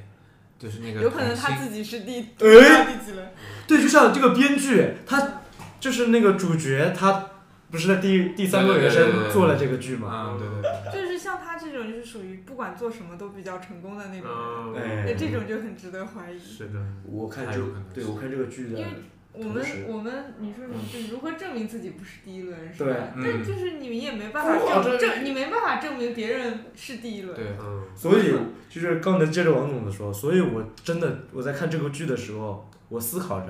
S2: 就是那个
S3: 有可能
S2: 童星
S3: 他自己是第
S4: 哎
S3: 第几轮？
S4: 对，就像这个编剧，他就是那个主角，他不是在第第三个原
S2: 对对对对
S4: 声
S2: 对
S4: 做了这个剧吗？
S2: 啊，对对对，
S3: 就是像他这种，就是属于不管做什么都比较成功的那种人，
S1: 嗯，
S4: 哎
S3: 那这种就很值得怀疑。
S1: 是的，
S4: 我看
S2: 太
S4: 这
S2: 有可能是
S4: 对我看这个剧的
S3: 因为我们
S4: 同时
S3: 我们，你说你就如何证明自己不是第一轮是
S4: 对
S3: 吧？
S2: 嗯
S3: 但就是你们也没办法
S4: 哇
S3: 证
S4: 这
S3: 证，你没办法证明别人是第一轮。
S2: 对
S1: 嗯，
S4: 所以就是刚才接着王总的说，所以我真的我在看这个剧的时候，我思考着，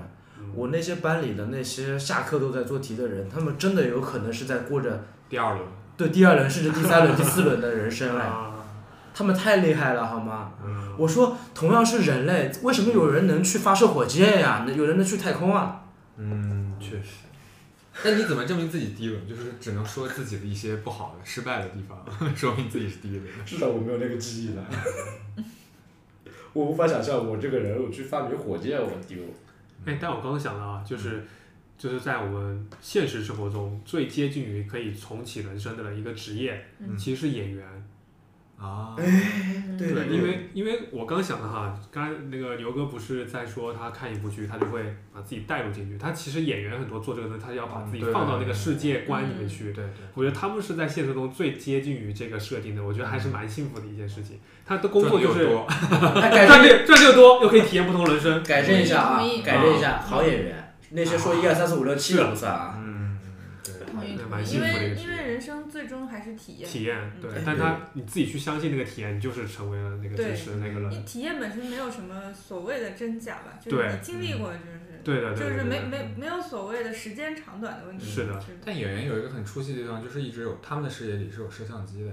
S4: 我那些班里的那些下课都在做题的人，他们真的有可能是在过着
S2: 第二轮，
S4: 对第二轮甚至第三轮、第四轮的人生哎，
S1: 啊，
S4: 他们太厉害了好吗？
S1: 嗯，
S4: 我说同样是人类，为什么有人能去发射火箭呀、有人能去太空啊？
S2: 嗯，确实。但你怎么证明自己第一轮？就是只能说自己的一些不好的、失败的地方， 说明自己是第一轮。
S4: 至少我没有那个记忆了。 我无法想象，我这个人，我去发明火箭，我丢。
S1: 哎，但我刚刚想到啊，就是就是在我们现实生活中最接近于可以重启人生的一个职业，
S2: 嗯
S1: 其实是演员。
S2: 啊，
S3: 嗯
S4: 对
S1: 对，因为因为我刚想的哈，刚才那个牛哥不是在说他看一部剧，他就会把自己带入进去。他其实演员很多做这个东西，他要把自己
S2: 嗯对
S1: 放到那个世界观里面
S3: 嗯
S1: 去。
S2: 对对对。
S1: 我觉得他们是在现实中最接近于这个设定的，我觉得还是蛮幸福的一件事情。他的工作就
S2: 嗯赚得又
S1: 是
S2: 多，
S4: 那改
S1: 赚
S4: 正
S1: 的赚的又多，又可以体验不同人生。
S4: 改正一下啊
S3: 同意，
S4: 改正一下，好演员，那些说一二三四五六七的不算啊。
S2: 嗯，对，
S3: 同意
S1: 那
S3: 同
S1: 蛮
S3: 意，
S1: 幸
S3: 因
S1: 福的一
S3: 为
S1: 个职
S3: 因为人生最终还是体验，
S1: 体验对
S4: 嗯，
S1: 但他你自己去相信那个体验，你就是成为了那个
S3: 对
S1: 真实的那个
S3: 你
S1: 人。
S3: 体验本身没有什么所谓的真假吧，就
S1: 嗯对嗯
S3: 是你经历过就是。
S1: 对的，对的，
S3: 就是
S1: 对的
S3: 没
S1: 对的嗯
S3: 没没有所谓的时间长短的问题，
S1: 是的
S3: 就是
S2: 但演员有一个很出戏的地方，就是一直有他们的视野里是有摄像机的呀。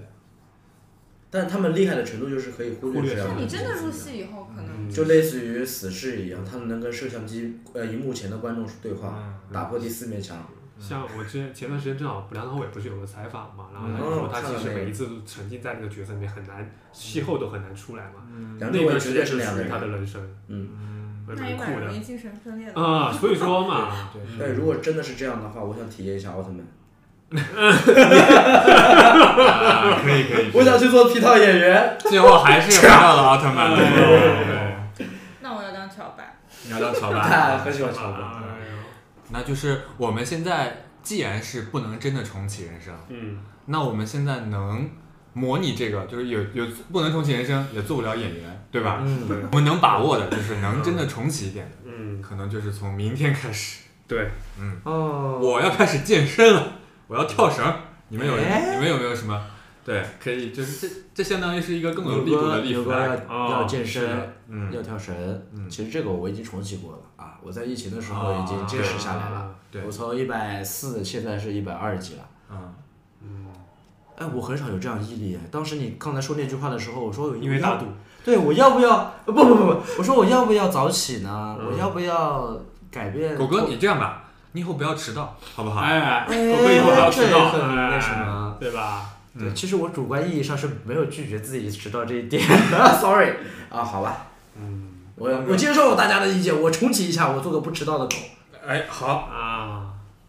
S4: 但他们厉害的程度就是可以忽
S1: 忽略
S4: 略这
S1: 掉
S4: 样
S3: 那你
S4: 的东西
S3: 真的入，戏以后，可能
S1: 嗯
S4: 就类似于死侍一样，他们能跟摄像机呃荧幕前的观众对话，
S2: 嗯
S4: 打破第四面墙。
S1: 像我之前前段时间正好梁朝伟不是有个采访嘛，然后他就
S4: 嗯
S1: 说他
S4: 看
S1: 其
S4: 了
S1: 实
S4: 那个
S1: 每一次都沉浸在那个角色里面很难，戏后都很难出来嘛。
S4: 梁朝
S1: 那
S4: 伟
S1: 段
S4: 绝
S1: 时
S4: 对
S1: 间
S4: 是
S1: 是
S4: 两
S1: 属
S4: 个
S1: 于他的
S4: 人。
S1: 人生，
S2: 嗯，
S1: 也
S3: 那也
S1: 蛮
S3: 蛮
S1: 酷
S3: 容
S1: 的
S3: 易精神分裂的。
S1: 啊。所以说 嘛，
S2: 对，
S4: 但如果真的是这样的话，我想体验一下奥特曼，
S2: 啊可以可以。
S4: 我想去做皮套演员。
S2: 最后还是回到了奥特曼。
S1: 哎
S2: 对
S3: 那我要当乔白，
S2: 你要当乔
S4: 啊，
S2: 巴，
S4: 很喜欢乔布。
S1: 哎呦
S2: 那就是我们现在既然是不能真的重启人生，
S1: 嗯，
S2: 那我们现在能模拟这个，就是有有不能重启人生，也做不了演员，对吧？
S4: 嗯，
S1: 对，
S2: 我们能把握的就是能真的重启一点的，
S1: 嗯，
S2: 可能就是从明天开始。嗯
S1: 对，
S4: 哦，
S2: 我要开始健身了，我要跳绳儿。你们有、
S4: 哎
S2: 你们有没有什么？对，可以，就是这这相当于是一个更有
S4: 牛
S2: 力度的
S4: 哥，
S2: 立
S4: 牛
S2: f
S4: 哥
S2: l
S4: 要要健
S1: 是
S4: 身
S1: 的，
S2: 嗯，
S4: 要跳绳
S2: 嗯。
S4: 其实这个我已经重启过了啊，我在疫情的时候已经
S2: 啊
S4: 坚持下来了。
S2: 对
S4: 我，从一百四现在是一百二级了。
S2: 嗯，
S1: 嗯，
S4: 哎，我很少有这样毅力。当时你刚才说那句话的时候，我说我
S1: 因为
S4: 要
S1: 大度，
S4: 对我要不要？呃不不不不，我说我要不要早起呢？
S1: 嗯
S4: 我要不要改变？
S2: 狗哥，你这样吧，你以后不要迟到，好不好？
S1: 哎，
S4: 哎
S1: 我可以后要知道，
S4: 这也很那
S1: 哎
S4: 什么，
S1: 对吧？
S4: 对，其实我主观意义上是没有拒绝自己迟到这一点。Sorry 啊，好吧，
S1: 嗯，
S4: 我我接受大家的意见，我重启一下，我做个不迟到的狗。
S2: 哎，好，
S1: 啊，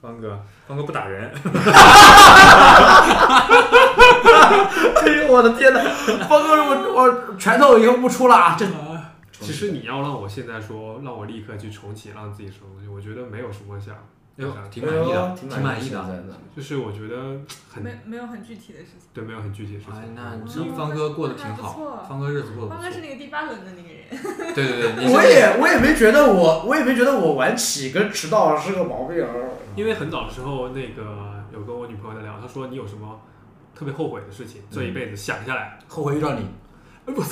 S2: 方哥，方哥不打人，
S4: 哎呦我的天哪， 方哥，我我拳头以后不出了啊！这
S1: 其实你要让我现在说，让我立刻去重启，让自己什么东西，我觉得没有什么想
S2: 哎呦
S1: 为啥，
S2: 挺满意的，
S4: 挺
S2: 挺满意
S4: 的。
S2: 的。
S4: 的
S1: 就是我觉得很
S3: 没没有很具体的事情。
S1: 对，没有很具体的事情。
S2: 哎，那
S3: 哦
S2: 这方哥过得挺
S3: 那还不
S2: 好
S3: 错，
S2: 方哥日子过得
S3: 方
S2: 不
S3: 哥是
S2: 错。
S3: 那个第八轮的那个人，
S2: 对对对，你
S8: 我
S2: 是
S8: 也我也没觉得我我也没觉得我晚起跟迟到是个毛
S4: 啊
S8: 病。
S1: 因为很早的时候，那个有跟我女朋友在聊，她说你有什么特别后悔的事情，这一辈子想下来，
S4: 后悔遇到你嗯
S1: 不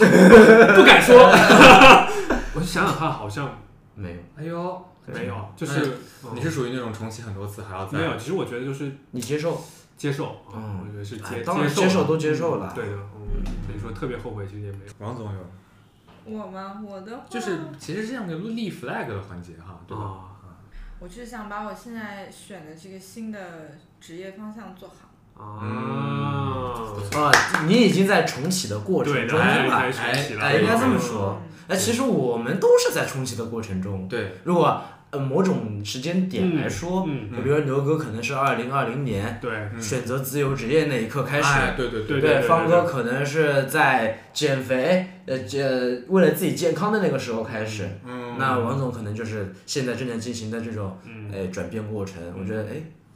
S1: 敢说。 我就想想看，好像
S4: 没有？
S2: 哎呦，
S1: 没有，
S4: 哎
S1: 就是、嗯
S2: 你是属于那种重启很多次还要再
S1: 没有。其实我觉得就是
S4: 你接受？
S1: 接受，啊
S4: 哎嗯
S1: 我觉得是
S4: 哎
S1: 接
S4: 当然
S1: 接
S4: 接受都接受了
S1: 对的，嗯，所以说特别后悔其实也没有。
S2: 王总有，
S3: 我吗？我的话
S2: 就是其实是这样的立 flag 的环节哈，对吧？
S1: 啊
S3: 我就是想把我现在选的这个新的职业方向做好。
S4: 嗯
S1: 啊，
S8: 啊，
S4: 你已经在重启的过程
S1: 对，
S4: 中
S1: 然后
S4: 了
S1: 就
S4: 吧
S1: 开？始学习了，
S4: 哎应该这么说
S1: 哦
S3: 嗯
S4: 哎，其实我们都是在重启的过程中。
S2: 对，
S4: 如果呃某种时间点来说，
S1: 嗯，
S4: 比如牛哥可能是二零二零年
S1: 对，
S2: 嗯
S4: 选择自由职业那一刻开始，
S2: 哎，对对
S1: 对对
S4: 对，
S1: 对
S4: 方哥
S1: 对
S4: 可能是在减肥，呃，这为了自己健康的那个时候开始。
S2: 嗯，
S4: 那王总可能就是现在正在进行的这种
S1: 嗯，
S4: 呃转变过程，我觉得哎，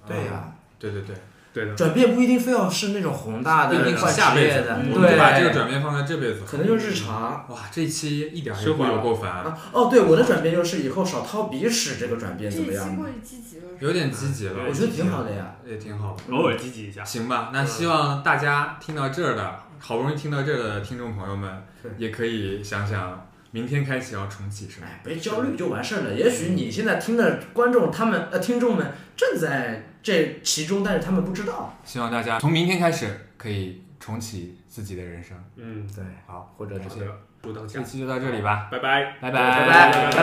S4: 对呀、
S2: 对对对，
S1: 对的，
S4: 转变不一定非要是那种宏大
S2: 不一
S4: 的
S2: 定是
S4: 换
S2: 下
S4: 职
S2: 辈
S4: 业
S2: 子
S4: 的，，
S2: 我们就把这个
S4: 对，
S2: 转变放在这辈子。
S4: 可能就是日常。
S2: 哇，这期一点儿也
S1: 生
S2: 不
S1: 活
S2: 有
S1: 了
S2: 够烦，
S4: 啊，哦，对，我的转变就是以后少掏鼻屎这个转
S3: 这
S4: 变怎
S3: 一
S4: 么
S3: 期
S4: 样
S3: 过
S4: 呢？
S3: 于积极了，
S2: 有点积极了，
S4: 我觉得挺好的呀。
S2: 也挺好的。
S4: 嗯
S1: 偶尔积极一下，
S2: 行吧，那希望大家听到这儿的，好不容易听到这儿的听众朋友们，也可以想想明天开始要重启什么。
S4: 哎，别焦虑就完事儿了。也许你现在听的观众他们呃听众们正在这其中，但是他们不知道。
S2: 希望大家从明天开始可以重启自己的人生。
S1: 嗯，
S4: 对，
S2: 好，
S4: 或者这
S1: 好
S4: 些。
S1: 的，祝当
S2: 这
S1: 下，
S2: 期就到这里吧，
S1: 拜拜，
S2: 拜
S4: 嗯拜
S1: 拜
S4: 拜
S1: 拜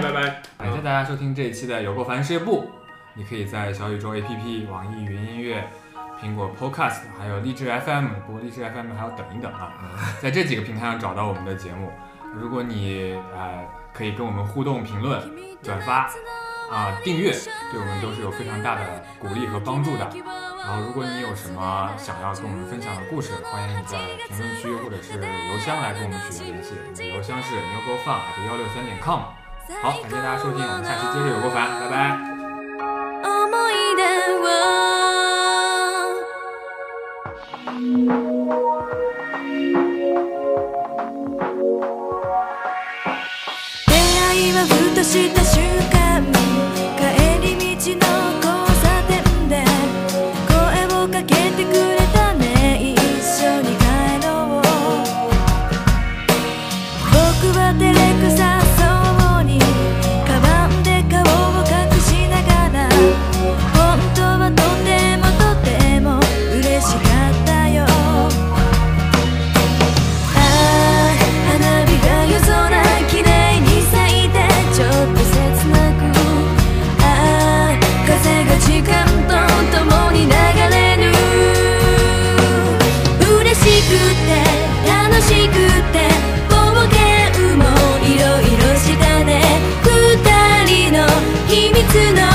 S1: 拜拜。
S2: 感谢大家收听这一期的有够烦事业部。你可以在小宇宙 APP、网易云音乐、苹果 Podcast，还有荔枝 FM，不过荔枝 FM 还要等一等啊，
S4: 嗯
S2: 在这几个平台上找到我们的节目。如果你呃可以跟我们互动、评论、转发啊、订阅，对我们都是有非常大的鼓励和帮助的。然后，如果你有什么想要跟我们分享的故事，欢迎你在评论区或者是邮箱来跟我们取得联系。我们的邮箱是 n e w g o f u n 幺六三点 com。好，感谢大家收听，我们下期接着有过烦，拜拜。
S7: 思い出を出会いはふとした瞬間帰り道の交差点で声をかけてくれたね一緒に帰ろう僕は照れくさそうにカバンで顔を隠しながら本当はとてもとても嬉しかったよ「ああ花火が夜空きれいに咲いてちょっと切なく」「ああ風が時間とともに流れる」「嬉しくて楽しくて冒険もいろいろしたね」「二人の秘密の